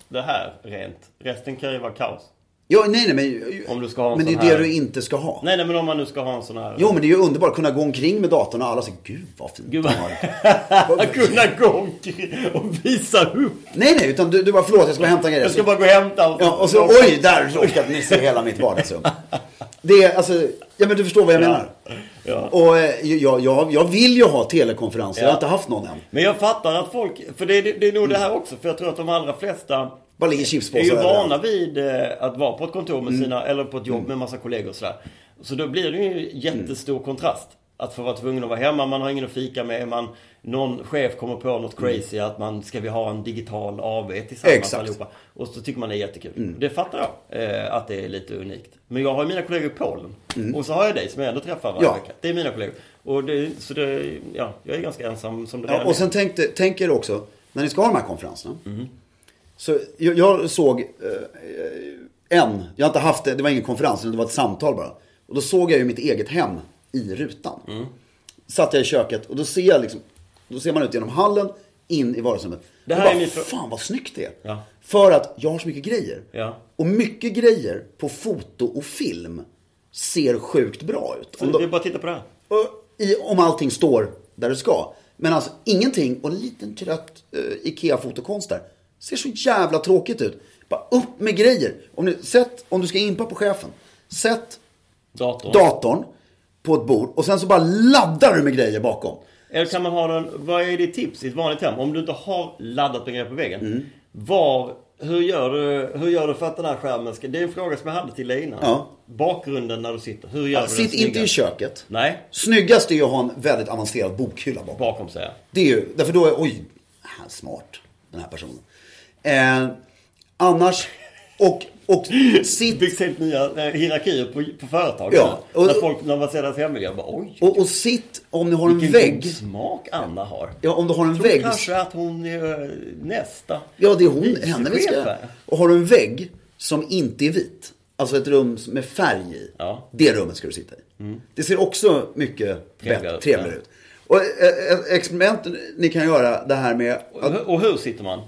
[SPEAKER 2] det här rent. Resten kan ju vara kaos.
[SPEAKER 1] Ja, nej, nej, men...
[SPEAKER 2] Om du ska ha en
[SPEAKER 1] men det är
[SPEAKER 2] sån
[SPEAKER 1] ju det
[SPEAKER 2] här-
[SPEAKER 1] du inte ska ha.
[SPEAKER 2] Nej, nej, men om man nu ska ha en sån här...
[SPEAKER 1] Jo, men det är ju underbart att kunna gå omkring med datorn och alla säger Gud vad fint
[SPEAKER 2] Gud,
[SPEAKER 1] du
[SPEAKER 2] vad-
[SPEAKER 1] har det."
[SPEAKER 2] Att kunna gå omkring och visa upp.
[SPEAKER 1] Nej, nej, utan du, du bara förlåt, jag ska bara hämta en grej.
[SPEAKER 2] Jag ska bara gå och hämta allt.
[SPEAKER 1] Ja, och så oj, där råkade ni se hela mitt vardagsrum. Det är alltså, ja men du förstår vad jag menar. Och eh, jag, jag, jag vill ju ha telekonferenser, jag har inte haft någon än.
[SPEAKER 2] Men jag fattar att folk, för det är, det är
[SPEAKER 1] Mm.
[SPEAKER 2] nog det här också, för jag tror att de allra flesta
[SPEAKER 1] Bara ligger
[SPEAKER 2] är
[SPEAKER 1] chipspåsar
[SPEAKER 2] ju
[SPEAKER 1] överallt.
[SPEAKER 2] vana vid eh, att vara på ett kontor med
[SPEAKER 1] Mm.
[SPEAKER 2] sina, eller på ett jobb med massa kollegor och sådär. Så då blir det ju
[SPEAKER 1] Mm.
[SPEAKER 2] jättestor kontrast. Att få vara tvungen att vara hemma, man har ingen att fika med, man, någon chef kommer på något crazy, att man ska vi ha en digital AV tillsammans
[SPEAKER 1] Mm. Exakt. Mm.
[SPEAKER 2] allihopa. Och så tycker man det är jättekul. Det fattar jag, eh, att det är lite unikt. Men jag har ju mina kollegor i Polen. Och så har jag dig som jag ändå träffar varje
[SPEAKER 1] Mm. Ja.
[SPEAKER 2] vecka. Det är mina kollegor. Och det, så det, ja, jag är ganska ensam som det
[SPEAKER 1] Ja,
[SPEAKER 2] redan
[SPEAKER 1] och
[SPEAKER 2] är.
[SPEAKER 1] sen tänk, dig- tänk er också, när ni ska ha de här konferenserna. Så jag, jag såg eh, en, jag har inte haft det, det var ingen konferens, utan det var ett samtal bara. Och då såg jag ju mitt eget hem i rutan. Satt jag i köket och då ser jag liksom, då ser man ut genom hallen, in i vardagsrummet.
[SPEAKER 2] Det här
[SPEAKER 1] jag
[SPEAKER 2] är
[SPEAKER 1] bara,
[SPEAKER 2] min frå-
[SPEAKER 1] fan vad snyggt det är.
[SPEAKER 2] Ja.
[SPEAKER 1] För att jag har så mycket grejer.
[SPEAKER 2] Ja.
[SPEAKER 1] Och mycket grejer på foto och film ser sjukt bra ut. Om
[SPEAKER 2] Så
[SPEAKER 1] de-
[SPEAKER 2] det är bara att titta på det här.
[SPEAKER 1] och i, om allting står där det ska. Men alltså ingenting och en liten trött eh, IKEA-fotokonst där. Ser så jävla tråkigt ut. Bara upp med grejer. Om du, sätt, om du ska impa på chefen. Sätt
[SPEAKER 2] Datorn.
[SPEAKER 1] datorn på ett bord och sen så bara laddar du med grejer bakom.
[SPEAKER 2] Eller kan man ha den, vad är ditt tips i ett vanligt hem? Om du inte har laddat med grejer på väggen.
[SPEAKER 1] Mm.
[SPEAKER 2] Var, hur gör du, hur gör du för att den här skärmen ska, det är en fråga som jag hade till dig innan.
[SPEAKER 1] Ja.
[SPEAKER 2] Bakgrunden när du sitter, hur gör du den
[SPEAKER 1] Sitt inte i
[SPEAKER 2] snyggast?
[SPEAKER 1] köket.
[SPEAKER 2] Nej,
[SPEAKER 1] Snyggast är ju att ha en väldigt avancerad bokhylla bakom.
[SPEAKER 2] bakom sig.
[SPEAKER 1] Det är ju, därför då är, oj, här, smart den här personen. Eh, annars, och, och
[SPEAKER 2] Det
[SPEAKER 1] sitt
[SPEAKER 2] byggs helt nya eh, hierarkier på, på företag.
[SPEAKER 1] Ja, och-
[SPEAKER 2] när folk, när man ser deras hemmiljö, bara oj.
[SPEAKER 1] Och, och sitt, om ni har en
[SPEAKER 2] vilken
[SPEAKER 1] vägg.
[SPEAKER 2] god smak Anna har.
[SPEAKER 1] Ja, om du har en
[SPEAKER 2] Tror
[SPEAKER 1] vägg.
[SPEAKER 2] kanske att hon är eh, nästa
[SPEAKER 1] Ja, det är hon,
[SPEAKER 2] vicechef
[SPEAKER 1] henne vi ska...
[SPEAKER 2] här.
[SPEAKER 1] Och har du en vägg som inte är vit. Alltså ett rum med färg i.
[SPEAKER 2] Ja. Mm.
[SPEAKER 1] Det rummet ska du sitta i. Det ser också mycket
[SPEAKER 2] Trevligare
[SPEAKER 1] bättre,
[SPEAKER 2] ut,
[SPEAKER 1] trevligare
[SPEAKER 2] ja.
[SPEAKER 1] ut. Och eh, eh, experiment ni kan göra det här med...
[SPEAKER 2] Och hur- Och hur sitter man?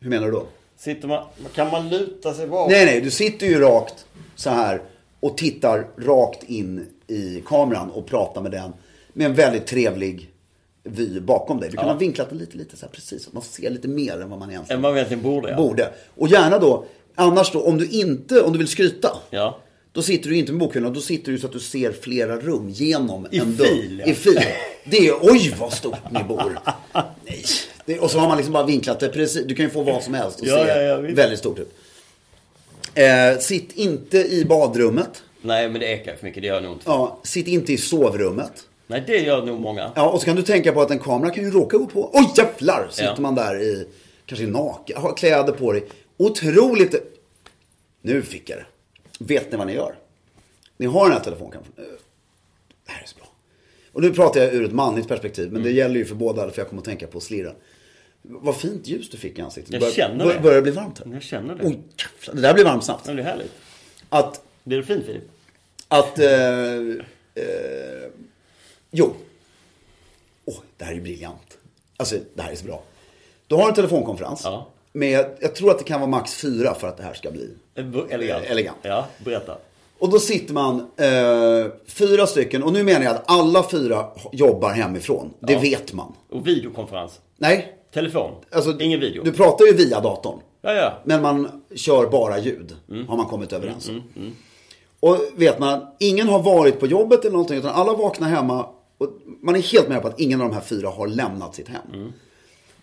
[SPEAKER 1] Hur menar du då?
[SPEAKER 2] Sitter man, kan man luta sig bakåt?
[SPEAKER 1] Nej, nej, du sitter ju rakt så här och tittar rakt in i kameran och pratar med den med en väldigt trevlig vy bakom dig. Du kan ha vinklat den lite, lite så här precis. så Man ser lite mer än vad man egentligen
[SPEAKER 2] Än man egentligen borde. Ja.
[SPEAKER 1] borde. Och gärna då, annars då, om du inte, om du vill skryta.
[SPEAKER 2] Ja.
[SPEAKER 1] Då sitter du inte med bokhyllan, då sitter du så att du ser flera rum genom
[SPEAKER 2] I
[SPEAKER 1] en
[SPEAKER 2] fil, ja.
[SPEAKER 1] I fil. Det är, oj vad stort ni bor. Nej. Det, och så har man liksom bara vinklat det precis. Du kan ju få vad som helst och
[SPEAKER 2] Ja,
[SPEAKER 1] se
[SPEAKER 2] ja, ja, visst.
[SPEAKER 1] väldigt stort ut. Eh, sitt inte i badrummet.
[SPEAKER 2] Nej, men det ekar för mycket. Det gör nog inte.
[SPEAKER 1] Ja, sitt inte i sovrummet.
[SPEAKER 2] Nej, det gör nog många.
[SPEAKER 1] Ja, och så kan du tänka på att en kamera kan ju råka gå på. Oj jävlar! Sitter
[SPEAKER 2] Ja.
[SPEAKER 1] man där i, kanske naken, har kläder på dig. Otroligt... Nu fick jag det. Vet ni vad ni gör? Ni har den här telefonkameran. Eh, Det här är så bra. Och nu pratar jag ur ett manligt perspektiv, men
[SPEAKER 2] Mm.
[SPEAKER 1] det gäller ju för båda, för jag kommer att tänka på slirren. Vad fint ljus du fick i ansiktet.
[SPEAKER 2] Jag
[SPEAKER 1] börjar-
[SPEAKER 2] känner
[SPEAKER 1] bör-
[SPEAKER 2] det. Mm.
[SPEAKER 1] Börjar bli varmt här.
[SPEAKER 2] Jag känner det.
[SPEAKER 1] Oj, jävlar, det där blir varmt snabbt.
[SPEAKER 2] Men det är härligt.
[SPEAKER 1] Att
[SPEAKER 2] Blir det fint, Filip?
[SPEAKER 1] att... Eh, eh, jo. Åh, det här är ju briljant. Alltså, det här är så bra. Du har en telefonkonferens.
[SPEAKER 2] Ja.
[SPEAKER 1] Med, jag tror att det kan vara max fyra för att det här ska bli.
[SPEAKER 2] Eh, Elegant.
[SPEAKER 1] Elegant.
[SPEAKER 2] Ja, berätta.
[SPEAKER 1] Och då sitter man eh, fyra stycken. Och nu menar jag att alla fyra jobbar hemifrån. Det vet man.
[SPEAKER 2] Och videokonferens.
[SPEAKER 1] Nej.
[SPEAKER 2] Telefon.
[SPEAKER 1] Alltså,
[SPEAKER 2] Ingen video.
[SPEAKER 1] Du pratar ju via datorn.
[SPEAKER 2] Ja, ja.
[SPEAKER 1] Men man kör bara ljud. Har man kommit överens om. Och vet man, ingen har varit på jobbet eller någonting. Utan alla vaknar hemma. Och man är helt med på att ingen av de här fyra har lämnat sitt hem.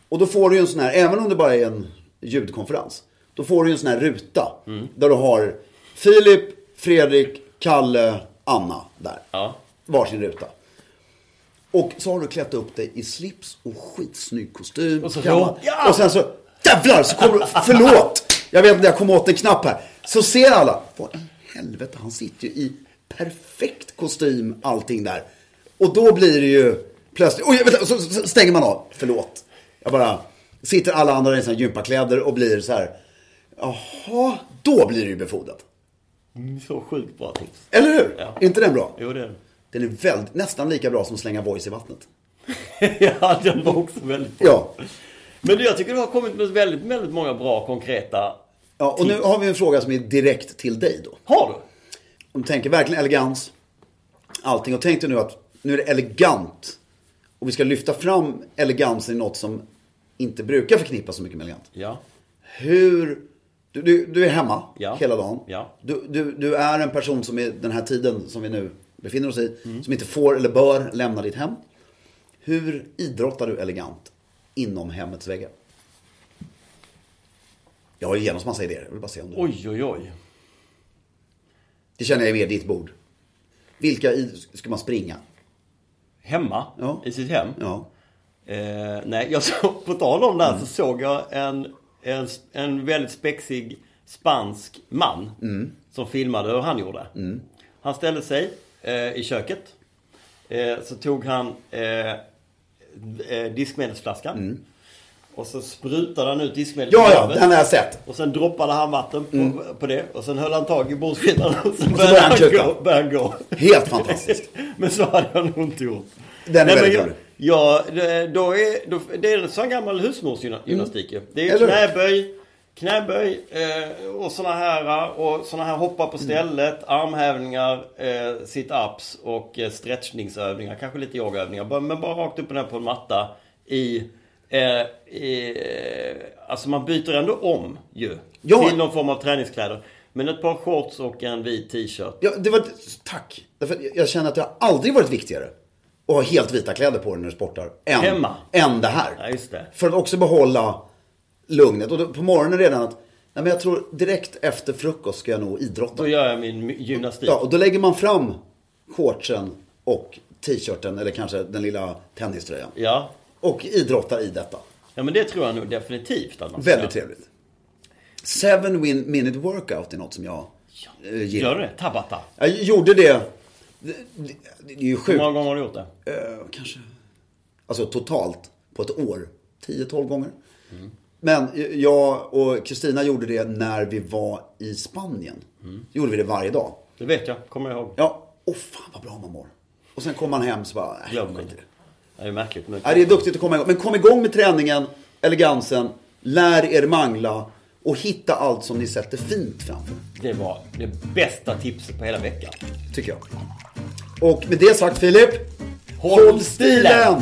[SPEAKER 1] Och då får du ju en sån här, även om det bara är en ljudkonferens. Då får du ju en sån här ruta. Där du har Filip, Fredrik, Kalle, Anna där.
[SPEAKER 2] Ja.
[SPEAKER 1] Varsin ruta. Och så har du klätt upp dig i slips och skitsnygg kostym.
[SPEAKER 2] Och så-
[SPEAKER 1] gammal.
[SPEAKER 2] Ja!
[SPEAKER 1] och sen så, jävlar! Så kommer du, förlåt! Jag vet inte, jag kom åt en knapp här. Så ser alla, vad i helvete, han sitter ju i perfekt kostym, allting där. Och då blir det ju plötsligt, oj, vänta, så, så, så stänger man av, förlåt. Jag bara, sitter alla andra i sina gympakläder och blir så här, jaha, då blir det ju befordrat.
[SPEAKER 2] Mm, Så sjukt bra tips.
[SPEAKER 1] Eller hur?
[SPEAKER 2] Ja.
[SPEAKER 1] Är inte den bra?
[SPEAKER 2] Jo, det är det.
[SPEAKER 1] Den är väldigt, nästan lika bra som att slänga voice i vattnet.
[SPEAKER 2] ja, den var också väldigt bra.
[SPEAKER 1] Ja.
[SPEAKER 2] Men du, jag tycker du har kommit med väldigt, väldigt många bra konkreta
[SPEAKER 1] Ja, och nu har vi en fråga som är direkt till dig då.
[SPEAKER 2] Har du?
[SPEAKER 1] Om du tänker verkligen elegans, allting. Och tänk dig nu att nu är det elegant. Och vi ska lyfta fram elegansen i något som inte brukar förknippas så mycket med elegant.
[SPEAKER 2] Ja.
[SPEAKER 1] Hur... Du, du, du är hemma
[SPEAKER 2] Ja.
[SPEAKER 1] hela dagen.
[SPEAKER 2] Ja.
[SPEAKER 1] Du, du, du är en person som i den här tiden som vi nu befinner oss i, som inte får eller bör lämna ditt hem. Hur idrottar du elegant inom hemmets väggar? Jag har ju genast massa idéer. Jag vill bara se om du...
[SPEAKER 2] Oj, oj, oj.
[SPEAKER 1] Det känner jag är mer ditt bord. Vilka id- ska man springa?
[SPEAKER 2] Hemma?
[SPEAKER 1] Ja.
[SPEAKER 2] I sitt hem?
[SPEAKER 1] Ja.
[SPEAKER 2] Eh, nej, jag såg, på tal om det här så
[SPEAKER 1] Mm.
[SPEAKER 2] såg jag en, en, en väldigt spexig spansk man
[SPEAKER 1] Mm.
[SPEAKER 2] som filmade hur han gjorde. Han ställde sig eh, i köket. Eh, så tog han eh, eh, diskmedelsflaskan. Och så sprutade han ut diskmedlet
[SPEAKER 1] Ja,
[SPEAKER 2] på
[SPEAKER 1] Mm. ja,
[SPEAKER 2] golvet.
[SPEAKER 1] den har jag sett. Mm.
[SPEAKER 2] Och sen droppade han vatten på, på det. Och sen höll han tag i bordsskivan. Och så
[SPEAKER 1] började
[SPEAKER 2] började
[SPEAKER 1] han
[SPEAKER 2] han
[SPEAKER 1] kuta.
[SPEAKER 2] gå. Började han gå.
[SPEAKER 1] Helt fantastiskt.
[SPEAKER 2] Men så hade jag nog inte gjort.
[SPEAKER 1] Den är
[SPEAKER 2] Nej, men
[SPEAKER 1] väldigt
[SPEAKER 2] jag-
[SPEAKER 1] rolig.
[SPEAKER 2] Ja, det- då är, då, det är en sån gammal husmorsgymnastik ju. Det är
[SPEAKER 1] Eller hur?
[SPEAKER 2] knäböj, knäböj eh, och såna här och såna här hoppa på stället, armhävningar, eh, sit-ups och eh, stretchningsövningar. Kanske lite yogaövningar. Bara- Men bara rakt upp och ner på en matta i... Eh, i eh, alltså man byter ändå om ju.
[SPEAKER 1] Ja.
[SPEAKER 2] Till någon form av träningskläder. Men ett par shorts och en vit t-shirt.
[SPEAKER 1] Ja, det var... Tack. Därför att jag känner att det har aldrig varit viktigare att ha helt vita kläder på dig när du sportar. Än,
[SPEAKER 2] Hemma.
[SPEAKER 1] än det här.
[SPEAKER 2] Ja, just det.
[SPEAKER 1] För att också behålla lugnet. Och då, på morgonen redan att... Nej, men jag tror direkt efter frukost ska jag nog idrotta.
[SPEAKER 2] Då gör jag min gymnastik.
[SPEAKER 1] Ja, och då lägger man fram shortsen och t-shirten eller kanske den lilla tenniströjan.
[SPEAKER 2] Ja.
[SPEAKER 1] Och idrottar i detta.
[SPEAKER 2] Ja men det tror jag nog definitivt att man ska
[SPEAKER 1] Väldigt
[SPEAKER 2] göra.
[SPEAKER 1] trevligt. Seven win minute workout är något som jag eh,
[SPEAKER 2] Gör du
[SPEAKER 1] gillar.
[SPEAKER 2] det? Tabata.
[SPEAKER 1] Jag gjorde det. Det, det, det är ju
[SPEAKER 2] Hur
[SPEAKER 1] sjukt.
[SPEAKER 2] många gånger har du gjort det?
[SPEAKER 1] Eh, kanske. Alltså totalt på ett år. 10-12 gånger.
[SPEAKER 2] Mm.
[SPEAKER 1] Men jag och Kristina gjorde det när vi var i Spanien.
[SPEAKER 2] Mm.
[SPEAKER 1] Då gjorde vi det varje dag.
[SPEAKER 2] Det vet jag, kommer jag ihåg.
[SPEAKER 1] Ja, åh fan vad bra man mår. Och sen kom man hem så bara, nej,
[SPEAKER 2] Glömmer.
[SPEAKER 1] skit i det.
[SPEAKER 2] Det är märkligt. Men...
[SPEAKER 1] Nej, det är duktigt att komma igång. Men kom igång med träningen, elegansen, lär er mangla och hitta allt som ni sätter fint framför.
[SPEAKER 2] det var det bästa tipset på hela veckan.
[SPEAKER 1] Tycker jag. Och med det sagt Filip, håll stilen!